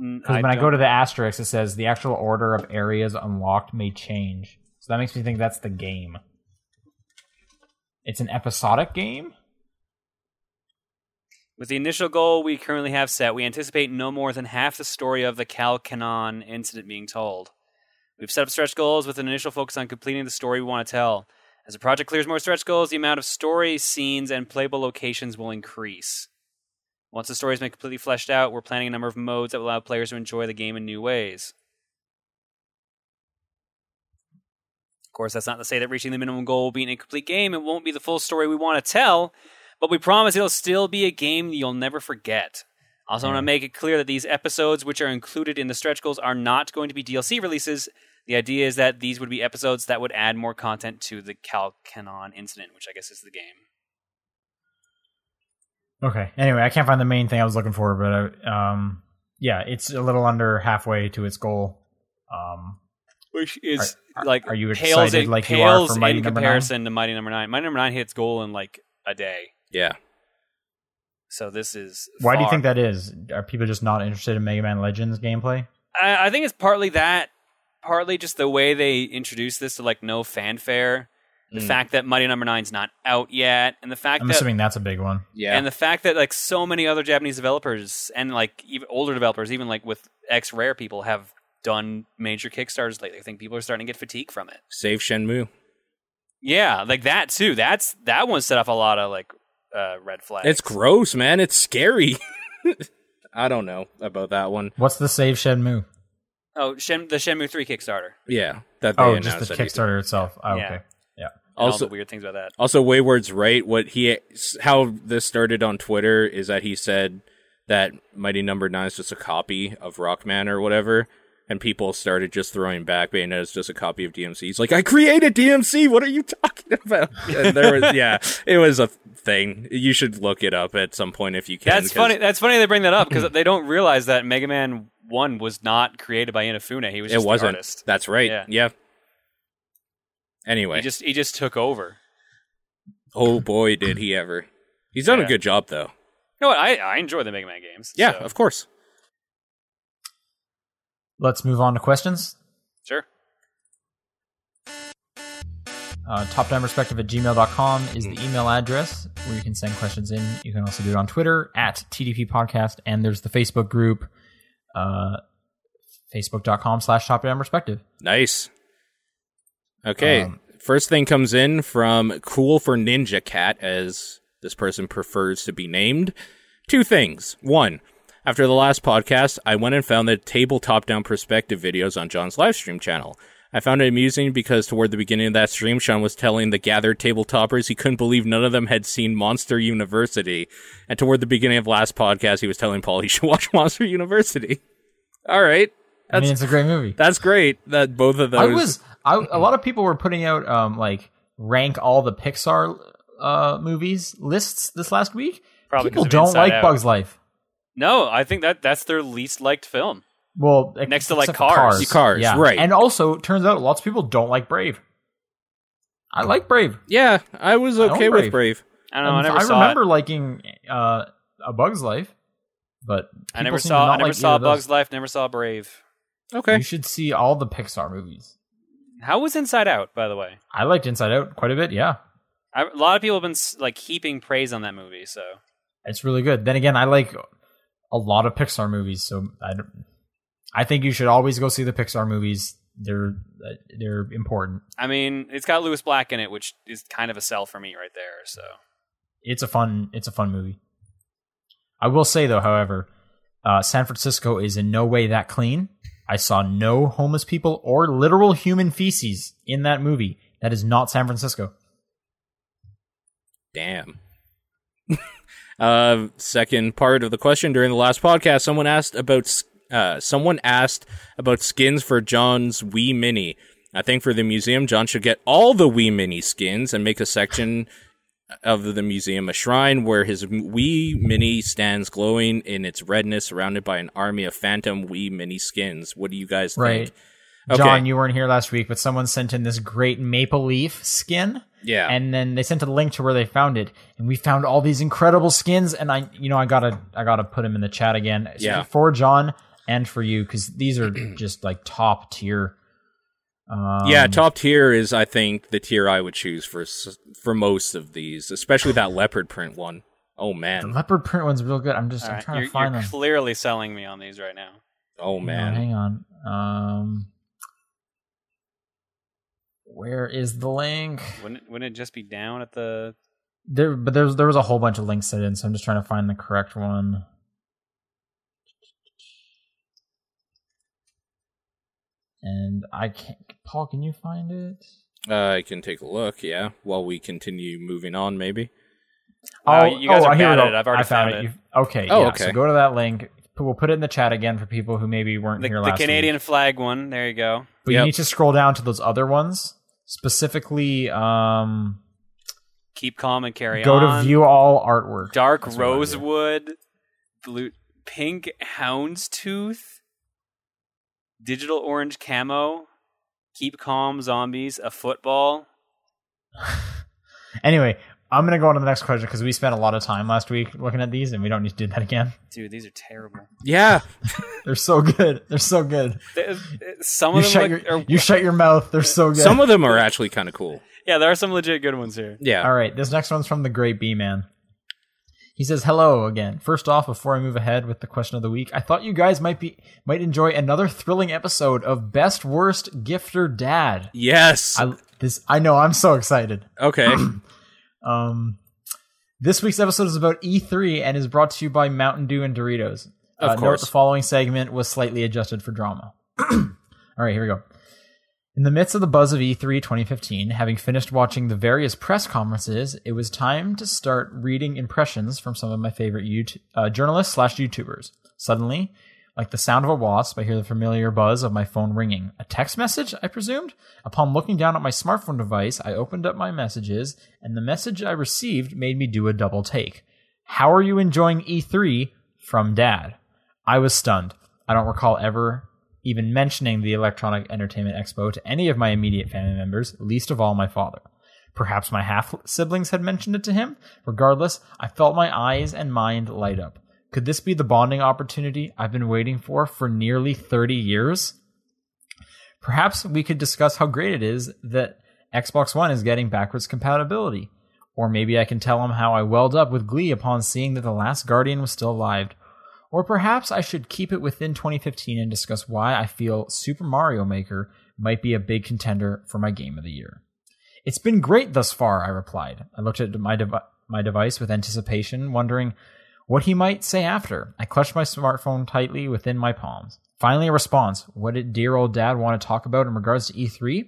B: Mm,
C: Because when I go
B: don't-
C: to the asterisk, it says the actual order of areas unlocked may change. So that makes me think that's the game. It's an episodic game?
B: With the initial goal we currently have set, we anticipate no more than half the story of the Cal Kanon incident being told. We've set up stretch goals with an initial focus on completing the story we want to tell. As the project clears more stretch goals, the amount of story, scenes, and playable locations will increase. Once the story has been completely fleshed out, we're planning a number of modes that will allow players to enjoy the game in new ways. Of course, that's not to say that reaching the minimum goal will be an incomplete game. It won't be the full story we want to tell, but we promise it'll still be a game you'll never forget. Mm. Also, I want to make it clear that these episodes, which are included in the stretch goals, are not going to be DLC releases. The idea is that these would be episodes that would add more content to the Calcanon incident, which I guess is the game.
C: Okay. Anyway, I can't find the main thing I was looking for, but I, um, yeah, it's a little under halfway to its goal. Um,
B: Which is
C: Are-
B: like
C: are you
B: pales
C: excited
B: in,
C: like you are
B: pales
C: for Mighty
B: in
C: Number Nine?
B: comparison to Mighty Number Nine. Mighty Number Nine hit its goal in like a day,
A: Yeah.
B: so this is.
C: why do you
B: far-
C: think that is? Are people just not interested in Mega Man Legends gameplay?
B: I, I think it's partly that, partly just the way they introduced this to like no fanfare. The
A: Mm.
B: fact that Mighty Number Nine's not out yet, and the fact
C: Hmm. I'm
B: that
C: assuming that's a big one.
A: Yeah.
B: and the fact that like so many other Japanese developers and like even older developers, even like with ex Rare people, have done major kickstarters lately. I think people are starting to get fatigue from it.
A: Save Shenmue.
B: Yeah, like that too. That's that one set off a lot of like uh, red flags.
A: It's gross, man. It's scary. I don't know about that one.
C: What's the save Shenmue?
B: oh Shen, the Shenmue three Kickstarter.
A: Yeah, that they
C: Oh,
A: announced.
C: just the
A: that he's-
C: Kickstarter itself. Oh,
B: Yeah.
C: okay.
B: And all
A: Also-
B: the weird things about that.
A: Also, Wayward's right. What he how this started on Twitter is that he said that Mighty Number Nine is just a copy of Rockman or whatever, and people started just throwing back Bayonetta is just a copy of DMC. He's like, I created DMC. What are you talking about? And there was yeah, it was a thing. You should look it up at some point if you can.
B: That's
A: 'cause-
B: funny. That's funny they bring that up because they don't realize that Mega Man One was not created by Inafune. He was
A: It
B: just
A: wasn't.
B: The artist.
A: That's right.
B: Yeah.
A: Yeah. Anyway,
B: He just he just took over.
A: oh boy, did he ever! He's done
B: Yeah.
A: a good job though.
B: You know what? I, I enjoy the Mega Man games.
A: Yeah,
B: so-
A: of course.
C: Let's move on to questions.
B: sure.
C: Uh, topdownperspective at gmail.com is
B: Hmm.
C: the email address where you can send questions in. You can also do it on Twitter at TDP Podcast, and there's the Facebook group, uh, facebook.com slash topdownperspective.
A: Nice. Okay.
C: Um,
A: First thing comes in from Cool for Ninja Cat, as this person prefers to be named. Two things. One, after the last podcast, I went and found the tabletop down perspective videos on John's live stream channel. I found it amusing because toward the beginning of that stream, Sean was telling the gathered tabletoppers he couldn't believe none of them had seen Monster University. And toward the beginning of last podcast, he was telling Paul he should watch Monster University. All right.
C: I mean,
A: That's-
C: it's a great movie.
A: That's great that both of those.
C: I was, I, a lot of people were putting out, um, like, rank all the Pixar uh, movies lists this last week.
B: Probably 'cause
C: people
B: of
C: don't
B: Inside
C: like
B: Out.
C: Bugs Life.
B: No, I think that that's their least liked film.
C: Well, ex-
B: Next to, like,
C: except for
B: Cars.
A: Cars, right.
C: And also, it turns out lots of people don't like Brave. I like Brave.
A: Yeah, I was
C: I don't
A: okay with
C: Brave.
A: Brave.
B: I don't know. I never saw
C: Um, remember
B: it.
C: liking uh, A Bug's Life, but
B: I
C: people
B: never
C: seem to
B: saw.
C: not
B: I never
C: like
B: saw
C: either of those.
B: Bugs Life. Never saw Brave.
A: Okay.
C: You should see all the Pixar movies.
B: How was Inside Out, by the way?
C: I liked Inside Out quite a bit. Yeah,
B: I, a lot of people have been s- like heaping praise on that movie. So
C: it's really good. Then again, I like a lot of Pixar movies, so I don't. I think you should always go see the Pixar movies. They're uh, they're important.
B: I mean, it's got Lewis Black in it, which is kind of a sell for me right there. So
C: It's a fun it's a fun movie. I will say though, however, uh, San Francisco is in no way that clean. I saw no homeless people or literal human feces in that movie. That is not San Francisco.
A: Damn. uh, second part of the question during the last podcast, someone asked about s- uh, someone asked about skins for John's Wii Mini. I think for the museum, John should get all the Wii Mini skins and make a section of the museum a shrine where his Wii Mini stands glowing in its redness, surrounded by an army of phantom Wii Mini skins. What do you guys
C: Right.
A: think? Okay.
C: John, you weren't here last week, but someone sent in this great maple leaf skin.
A: Yeah.
C: And then they sent a link to where they found it, and we found all these incredible skins. And I, you know, I gotta, I gotta put them in the chat again. So
A: Yeah.
C: For John and for you, because these are just like top tier. Um,
A: Yeah, top tier is I think the tier I would choose for s- for most of these, especially that leopard print one. Oh
C: The
A: man,
C: leopard print one's real good. I'm just
B: all
C: I'm
B: right.
C: trying
B: you're,
C: to find
B: you're
C: them.
B: clearly selling me on these right now.
A: oh
C: No,
A: man.
C: hang on. Um, where is the link?
B: Wouldn't it, wouldn't it just be down at the?
C: There, but there's there was a whole bunch of links set in, so I'm just trying to find the correct one. And I can't. Paul, can you find it?
A: Uh, I can take a look. Yeah, while we continue moving on, maybe.
B: Wow, you guys are
C: Oh, here
B: bad
C: we go.
B: at it. I've already
C: I found
B: found it.
C: You- Okay.
A: Oh,
C: yeah,
A: okay.
C: So go to that link. We'll put it in the chat again for people who maybe weren't
B: The,
C: here
B: the
C: last week.
B: Canadian flag one. There you go.
C: But
A: Yep.
C: you need to scroll down to those other ones. Specifically, um,
B: Keep calm and carry
C: go
B: on.
C: to view all artwork.
B: Dark
C: That's what I do.
B: rosewood, blue, pink houndstooth, digital orange camo. Keep calm, zombies. A football.
C: Anyway, I'm gonna go on to the next question because we spent a lot of time last week looking at these, and we don't need to do that again.
B: Dude, these are terrible.
A: Yeah.
C: They're so good. They're so good.
B: Th- uh, Some
C: You
B: of them,
C: shut,
B: look,
C: your,
B: are,
C: you shut your mouth. They're so good.
A: Some of them are actually kind of cool.
B: yeah, there are some legit good ones here.
A: Yeah.
C: All right, this next one's from the Great B Man. He says, "Hello again. First off, before I move ahead with the question of the week, I thought you guys might be might enjoy another thrilling episode of Best Worst Gifter Dad.
A: Yes.
C: I this I know. I'm so excited.
A: okay.
C: Um, this week's episode is about E3 and is brought to you by Mountain Dew and Doritos.
A: Of
C: Uh,
A: course.
C: Note the following segment was slightly adjusted for drama. All right, here we go. In the midst of the buzz of E E3 2015, having finished watching the various press conferences, it was time to start reading impressions from some of my favorite YouTube, uh, journalists slash YouTubers. Suddenly, like the sound of a wasp, I hear the familiar buzz of my phone ringing. A text message, I presumed? Upon looking down at my smartphone device, I opened up my messages, and the message I received made me do a double take. How are you enjoying E3 from dad? I was stunned. I don't recall ever even mentioning the Electronic Entertainment Expo to any of my immediate family members, least of all my father. Perhaps my half siblings had mentioned it to him. Regardless, I felt my eyes and mind light up. Could this be the bonding opportunity I've been waiting for for nearly 30 years? Perhaps we could discuss how great it is that Xbox One is getting backwards compatibility. Or maybe I can tell him how I welled up with glee upon seeing that The Last Guardian was still alive. Or perhaps I should keep it within 2015 and discuss why I feel Super Mario Maker might be a big contender for my game of the year. It's been great thus far, I replied. I looked at my, devi- my device with anticipation, wondering what he might say after. I clutched my smartphone tightly within my palms. Finally, a response. What did dear old dad want to talk about in regards to E3?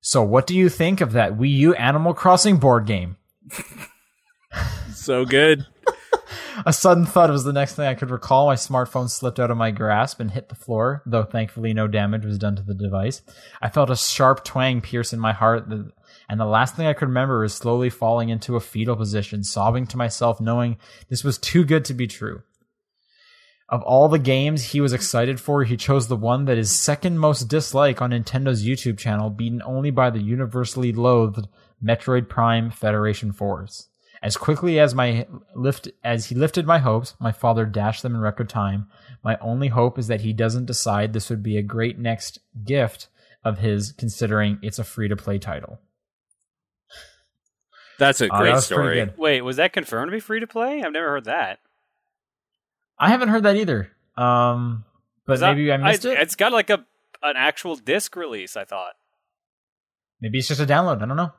C: So, what do you think of that Wii U Animal Crossing board game?
A: So good.
C: A sudden thud was the next thing I could recall. My smartphone slipped out of my grasp and hit the floor, though thankfully no damage was done to the device. I felt a sharp twang pierce in my heart, th- and the last thing I could remember is slowly falling into a fetal position, sobbing to myself, knowing this was too good to be true. Of all the games he was excited for, he chose the one that is second most dislike on Nintendo's YouTube channel, beaten only by the universally loathed Metroid Prime Federation Force. As quickly as my lift as he lifted my hopes, my father dashed them in record time. My only hope is that he doesn't decide this would be a great next gift of his, considering it's a free to play title.
A: That's a
C: Uh, that
A: great
C: was pretty
A: story.
C: good.
B: Wait, was that confirmed to be free to play? I've never heard that.
C: I haven't heard that either. Um, but
B: Is that-
C: maybe I missed it.
B: It's got like a an actual disc release. I thought.
C: Maybe it's just a download. I don't know.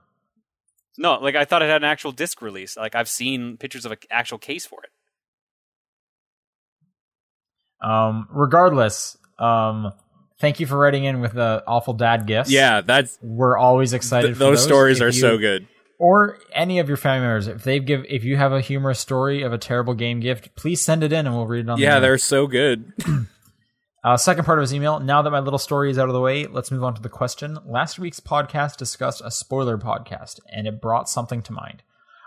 B: No, like I thought it had an actual disc release. Like I've seen pictures of an actual case for it.
C: Um, regardless, um, thank you for writing in with the awful dad gifts.
A: Yeah, that's
C: We're always excited.
A: th-
C: for
A: those stories
C: If
A: are
C: you-
A: so good.
C: Or any of your family members, if they give, if you have a humorous story of a terrible game gift, please send it in and we'll read it on.
A: Yeah,
C: the air.
A: they're so good.
C: Uh, second part of his email. Now that my little story is out of the way, let's move on to the question. Last week's podcast discussed a spoiler podcast, and it brought something to mind.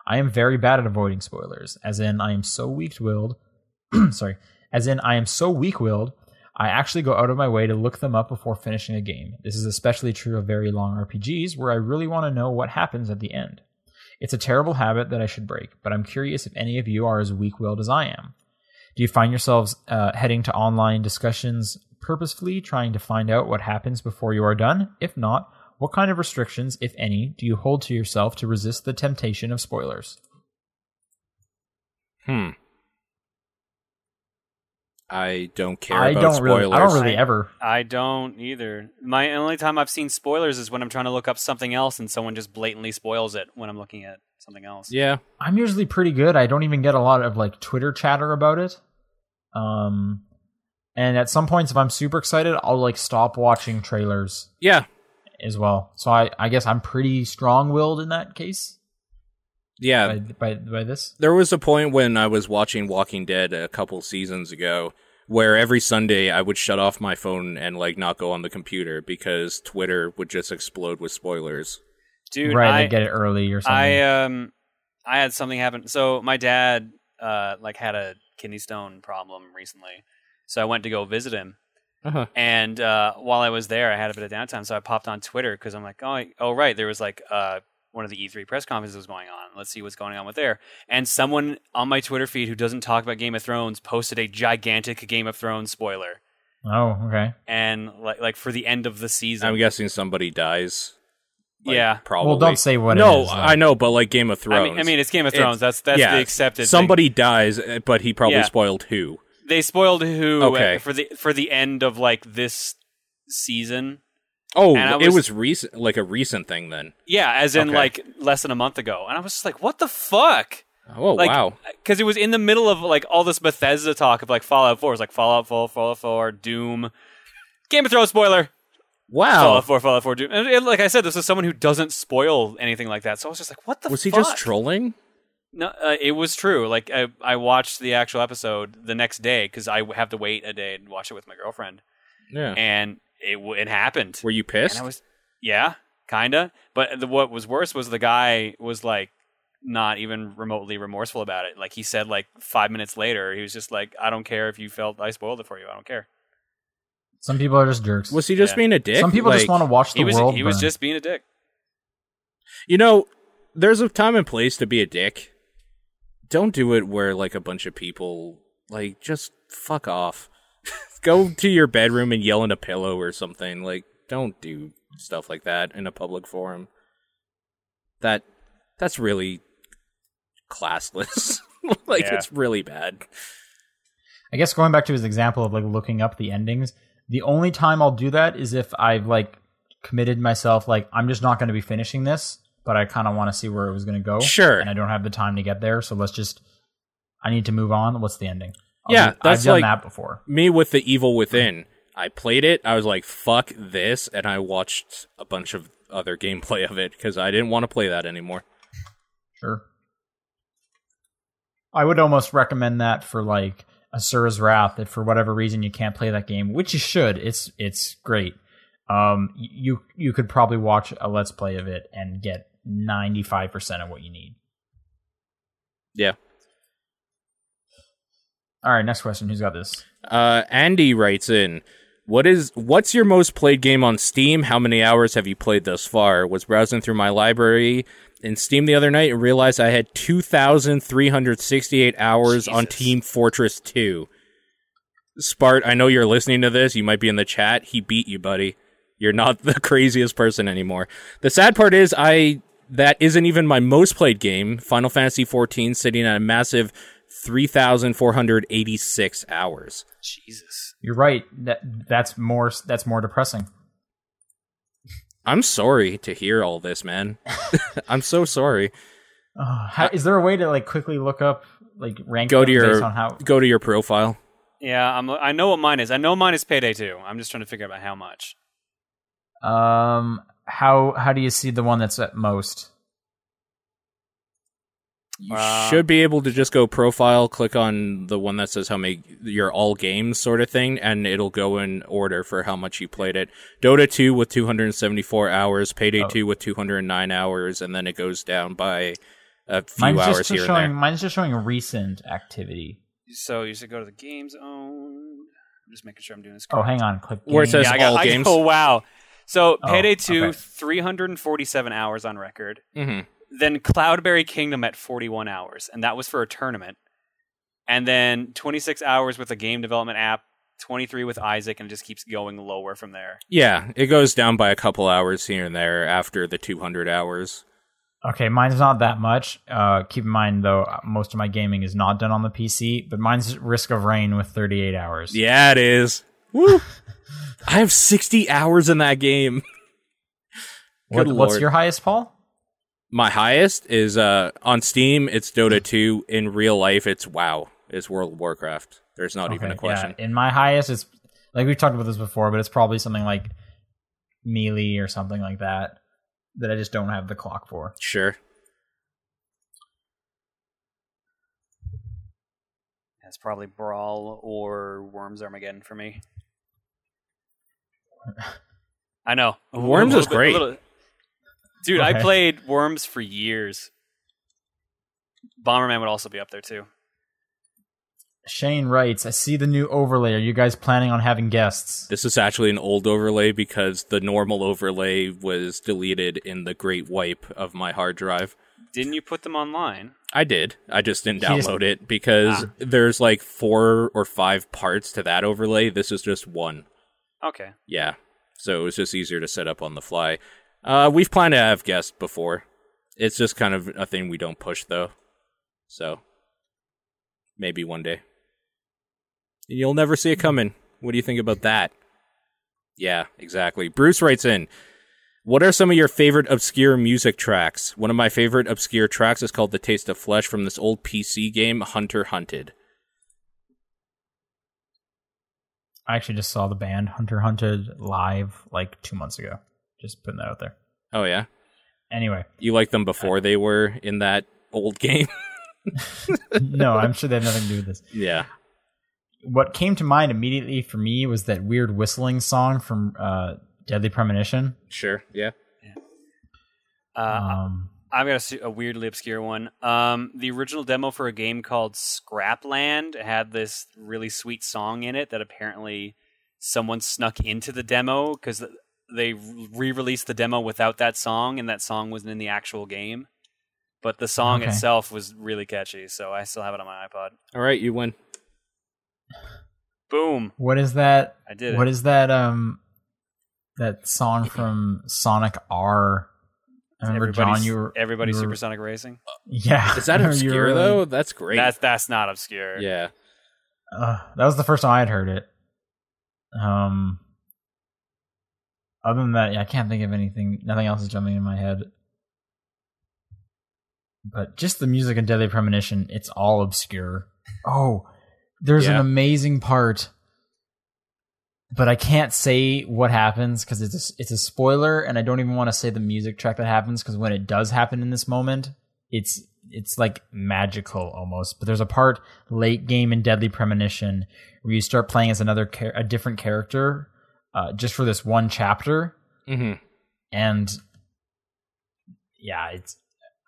C: I am very bad at avoiding spoilers, as in I am so weak-willed. sorry, as in I am so weak-willed. I actually go out of my way to look them up before finishing a game. This is especially true of very long RPGs, where I really want to know what happens at the end. It's a terrible habit that I should break, but I'm curious if any of you are as weak-willed as I am. Do you find yourselves uh, heading to online discussions purposefully, trying to find out what happens before you are done? If not, what kind of restrictions, if any, do you hold to yourself to resist the temptation of spoilers?
A: Hmm. I don't care
C: I
A: about
C: don't
A: spoilers.
C: really, I don't really ever.
B: I don't either. My only time I've seen spoilers is when I'm trying to look up something else and someone just blatantly spoils it when I'm looking at something else.
A: Yeah.
C: I'm usually pretty good. I don't even get a lot of like Twitter chatter about it. Um, and at some points, if I'm super excited, I'll like stop watching trailers
A: Yeah.
C: as well. So I, I guess I'm pretty strong-willed in that case.
A: Yeah.
C: By by, by this,
A: there was a point when I was watching Walking Dead a couple seasons ago where every Sunday I would shut off my phone and like not go on the computer because Twitter would just explode with spoilers.
B: Dude,
C: right,
B: I,
C: they get it early or something.
B: I um I had something happen. So my dad uh like had a kidney stone problem recently. So I went to go visit him.
A: Uh-huh.
B: And uh, while I was there, I had a bit of downtime, so I popped on Twitter because I'm like, oh, I- oh right, there was like uh, one of the E3 press conferences was going on. Let's see what's going on with there. And someone on my Twitter feed who doesn't talk about Game of Thrones posted a gigantic Game of Thrones spoiler,
C: oh, okay.
B: and like like for the end of the season.
A: I'm guessing somebody dies. Like,
B: yeah,
A: probably.
C: Well, don't say what.
A: no,
C: it is, though.
A: I know, but like Game of
B: I
A: Thrones.
B: mean, I mean, it's Game of
A: It's-
B: Thrones. that's that's
A: yeah,
B: the accepted. thing.
A: somebody dies, eh, but he probably
B: Yeah.
A: spoiled who.
B: they spoiled who uh,
A: Okay.
B: for the for the end of like this season.
A: Oh,
B: And I
A: it
B: was-
A: was recent, like a recent thing then.
B: Yeah, as in
A: Okay.
B: like less than a month ago, and I was just like, what the fuck.
A: Oh
B: like,
A: wow,
B: Because it was in the middle of like all this Bethesda talk of like Fallout 4, it was like Fallout 4, Fallout 4, Doom, Game of Thrones spoiler,
A: wow.
B: Fallout 4, Fallout 4, Doom. And, and like I said, this is someone who doesn't spoil anything like that. So I was just like, what the?
A: Was he
B: fuck?
A: just trolling?
B: No, uh, it was true. Like I, I watched the actual episode the next day because I have to wait a day and watch it with my girlfriend,
A: Yeah.
B: and it w- it happened.
A: Were you
B: And
A: pissed?
B: I was, yeah, kinda. But the, what was worse was the guy was like not even remotely remorseful about it. Like he said, like five minutes later, he was just like, "I don't care if you felt I spoiled it for you. I don't care."
C: Some people are just jerks.
A: Was he just
B: Yeah.
A: being a dick?
C: Some people just
A: Like-
C: want to watch the
B: He was
C: world.
B: he was
C: burn.
B: just being a dick.
A: You know, there's a time and place to be a dick. Don't do it where like a bunch of people like just fuck off. Go to your bedroom and yell in a pillow or something. Like don't do stuff like that in a public forum. That that's really classless. like
B: Yeah.
A: it's really bad.
C: I guess going back to his example of like looking up the endings, the only time I'll do that is if I've like committed myself, like I'm just not going to be finishing this, but I kind of want to see where it was going to go.
A: Sure.
C: And I don't have the time to get there, so let's just. I need to move on. What's the ending?
A: Yeah,
C: do-
A: that's
C: I've done
A: like-
C: that before.
A: me with the evil within i played it i was like fuck this and i watched a bunch of other gameplay of it because i didn't want to play that anymore
C: Sure. I would almost recommend that for like Asura's Wrath. If for whatever reason you can't play that game, which you should, it's it's great. Um, y- you you could probably watch a let's play of it and get ninety five percent of what you need.
A: Yeah.
C: All right, next question. Who's got this?
A: uh, andy writes in what is what's your most played game on steam how many hours have you played thus far was browsing through my library in steam the other night and realized i had 2368 hours on
B: Jesus.
A: team fortress 2 spart i know you're listening to this you might be in the chat he beat you buddy you're not the craziest person anymore. The sad part is I that isn't even my most played game, Final Fantasy XIV, sitting at a massive 3486 hours.
B: Jesus.
C: You're right. That that's more that's more depressing.
A: I'm sorry to hear all this, man. I'm so sorry.
C: Uh, how, is there a way to like quickly look up like rank
A: Go to
C: them
A: your
C: based on how
A: go to your profile.
B: Yeah, I'm. I know what mine is. I know mine is payday two. I'm just trying to figure out how much.
C: Um, how how do you see the one that's at most?
A: You
B: Uh,
A: should be able to just go profile, click on the one that says how many your all games sort of thing, and it'll go in order for how much you played it. Dota 2 with 274 hours, Payday
C: Oh.
A: 2 with 209 hours, and then it goes down by a few
C: Mine's
A: hours
C: just
A: here
C: showing.
A: and there.
C: Mine's just showing recent activity.
B: So you should go to the game zone. I'm just making sure I'm doing this.
C: Oh,
B: correct.
C: hang on. Click.
A: Where it
C: game.
A: says-
B: yeah, I got,
A: all
B: I-
A: games.
B: Oh wow. So
C: Oh,
B: payday two,
C: okay.
B: 347 hours on record.
A: Mhm.
B: then Cloudberry Kingdom at 41 hours, and that was for a tournament. And then 26 hours with a game development app, 23 with Isaac, and it just keeps going lower from there.
A: Yeah, it goes down by a couple hours here and there after the 200 hours.
C: Okay, mine's not that much. Uh, keep in mind though, most of my gaming is not done on the PC, but mine's Risk of Rain with 38 hours.
A: Yeah, it is. Woo! I have 60 hours in that game.
C: What-
A: Good
C: what's
A: lord.
C: your highest, Paul?
A: my highest is uh on Steam it's Dota 2 in real life it's WoW it's World of Warcraft there's not even
C: Okay,
A: a question
C: Yeah. In my highest, it's like we've talked about this before, but it's probably something like melee or something like that that I just don't have the clock for.
A: sure
B: Yeah, That's probably Brawl or Worms Armageddon for me. I know A
A: Worms
B: little
A: was
B: bit- a
A: great.
B: little- dude. I
C: Okay.
B: played Worms for years. Bomberman would also be up there too.
C: Shane writes, I see the new overlay. Are you guys planning on having guests?
A: This is actually an old overlay because the normal overlay was deleted in the great wipe of my hard drive.
B: Didn't you put them online?
A: I did. I just didn't
C: She just- Ah.
A: download it because there's like four or five parts to that overlay. This is just one.
B: Okay,
A: Yeah. So it was just easier to set up on the fly. Uh, we've planned to have guests before. It's just kind of a thing we don't push though. So maybe one day. You'll never see it coming. What do you think about that? Yeah, exactly. Bruce writes in What are some of your favorite obscure music tracks? One of my favorite obscure tracks is called The Taste of Flesh from this old PC game, Hunter Hunted.
C: I actually just saw the band Hunter Hunted live like two months ago. Just putting that out there.
A: Oh, yeah?
C: Anyway,
A: You liked them before they were in that old game?
C: no, I'm sure they have nothing to do with this.
A: yeah.
C: What came to mind immediately for me was that weird whistling song from uh, Deadly Premonition.
A: Sure. Yeah.
B: uh,
A: Uh-huh.
C: Um,
B: I've got a su- a, weirdly obscure one. Um, the original demo for a game called Scrapland had this really sweet song in it that apparently someone snuck into the demo because they re-released the demo without that song, and that song wasn't in the actual game. But the song
C: Okay.
B: itself was really catchy, so I still have it on my iPod.
A: All right, you win.
B: Boom!
C: what is that?
B: I did
C: What
B: it.
C: is that? Um, that song from Sonic R. I remember John. You were
B: everybody
C: you were-
B: supersonic racing.
C: Yeah,
A: Is that
C: I remember you
A: obscure
C: were like-
A: though? That's great.
B: That's that's not obscure.
A: yeah.
C: Uh, that was the first time I had heard it. Um, other than that, yeah, I can't think of anything. Nothing else is jumping in my head. But just the music in Deadly Premonition, it's all obscure. Oh, there's an
A: Yeah.
C: amazing part, but I can't say what happens because it's a, it's a spoiler, and I don't even want to say the music track that happens because when it does happen in this moment, it's it's like magical almost. But there's a part late game in Deadly Premonition where you start playing as another char- a different character uh, just for this one chapter, Mm-hmm.
A: hmm
C: and yeah, it's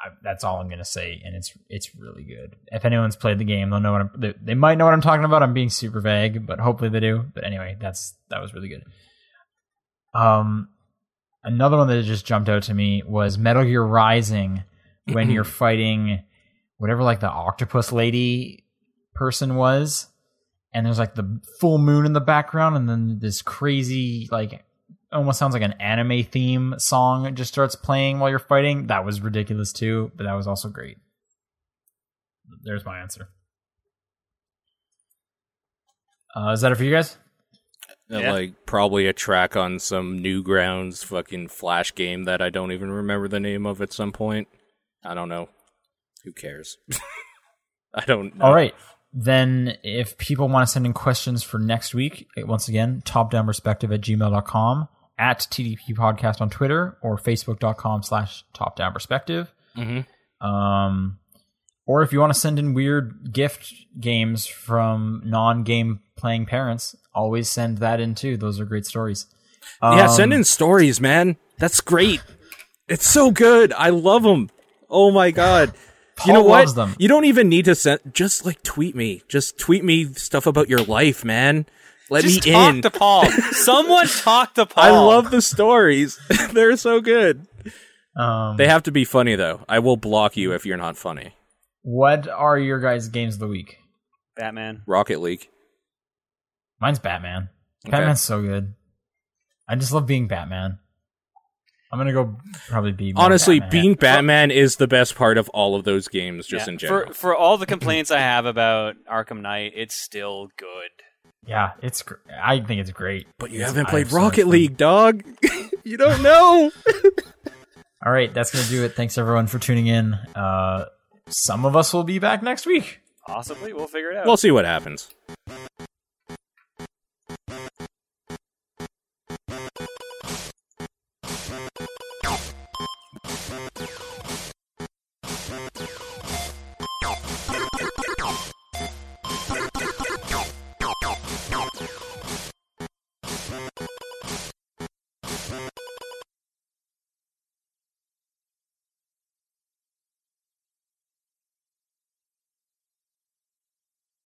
C: I, that's all I'm gonna say, and it's it's really good. If anyone's played the game, they'll know what I'm, they, they might know what I'm talking about. I'm being super vague, but hopefully they do. But anyway, that's that was really good. Um, another one that just jumped out to me was Metal Gear Rising when you're fighting whatever like the octopus lady person was and there's like the full moon in the background and then this crazy like almost sounds like an anime theme song just starts playing while you're fighting that was ridiculous too but that was also great there's my answer uh, is that it for you guys
B: Yeah.
A: Like probably a track on some Newgrounds fucking flash game that I don't even remember the name of at some point. I don't know. Who cares? I don't know.
C: All right. Then, if people want to send in questions for next week, it- once again, topdownperspective at gmail.com, at TDP podcast on Twitter, or facebook.com slash topdownperspective.
A: Mm-hmm.
C: Um, or if you want to send in weird gift games from non game playing parents, always send that in too. Those are great stories.
A: yeah,
C: Um,
A: send in stories, man. That's great. It's so good. I love them. Oh my god. you
C: Paul
A: know what?
C: loves them.
A: You don't even need to send. Just like tweet me. Just tweet me stuff about your life, man. Let
B: Just
A: me
B: talk
A: in.
B: to Paul. Someone talk to Paul.
A: I love the stories. They're so good.
C: Um,
A: They have to be funny though. I will block you if you're not funny.
C: what are your guys' games of the week?
B: Batman.
A: Rocket League.
C: Mine's Batman.
A: Okay.
C: Batman's so good. I just love being Batman. I'm gonna go probably be
A: Honestly,
C: Batman.
A: being Batman is the best part of all of those games, just
B: Yeah,
A: in general.
B: For for all the complaints I have about Arkham Knight, it's still good.
C: yeah, it's gr- I think it's great.
A: but you
C: It's-
A: haven't
C: I
A: played
C: have so much
A: Rocket
C: fun.
A: League, dog. you don't know.
C: All right, that's gonna do it. Thanks everyone for tuning in. Uh, some of us will be back next week.
B: Possibly, we'll figure it out.
A: we'll see what happens.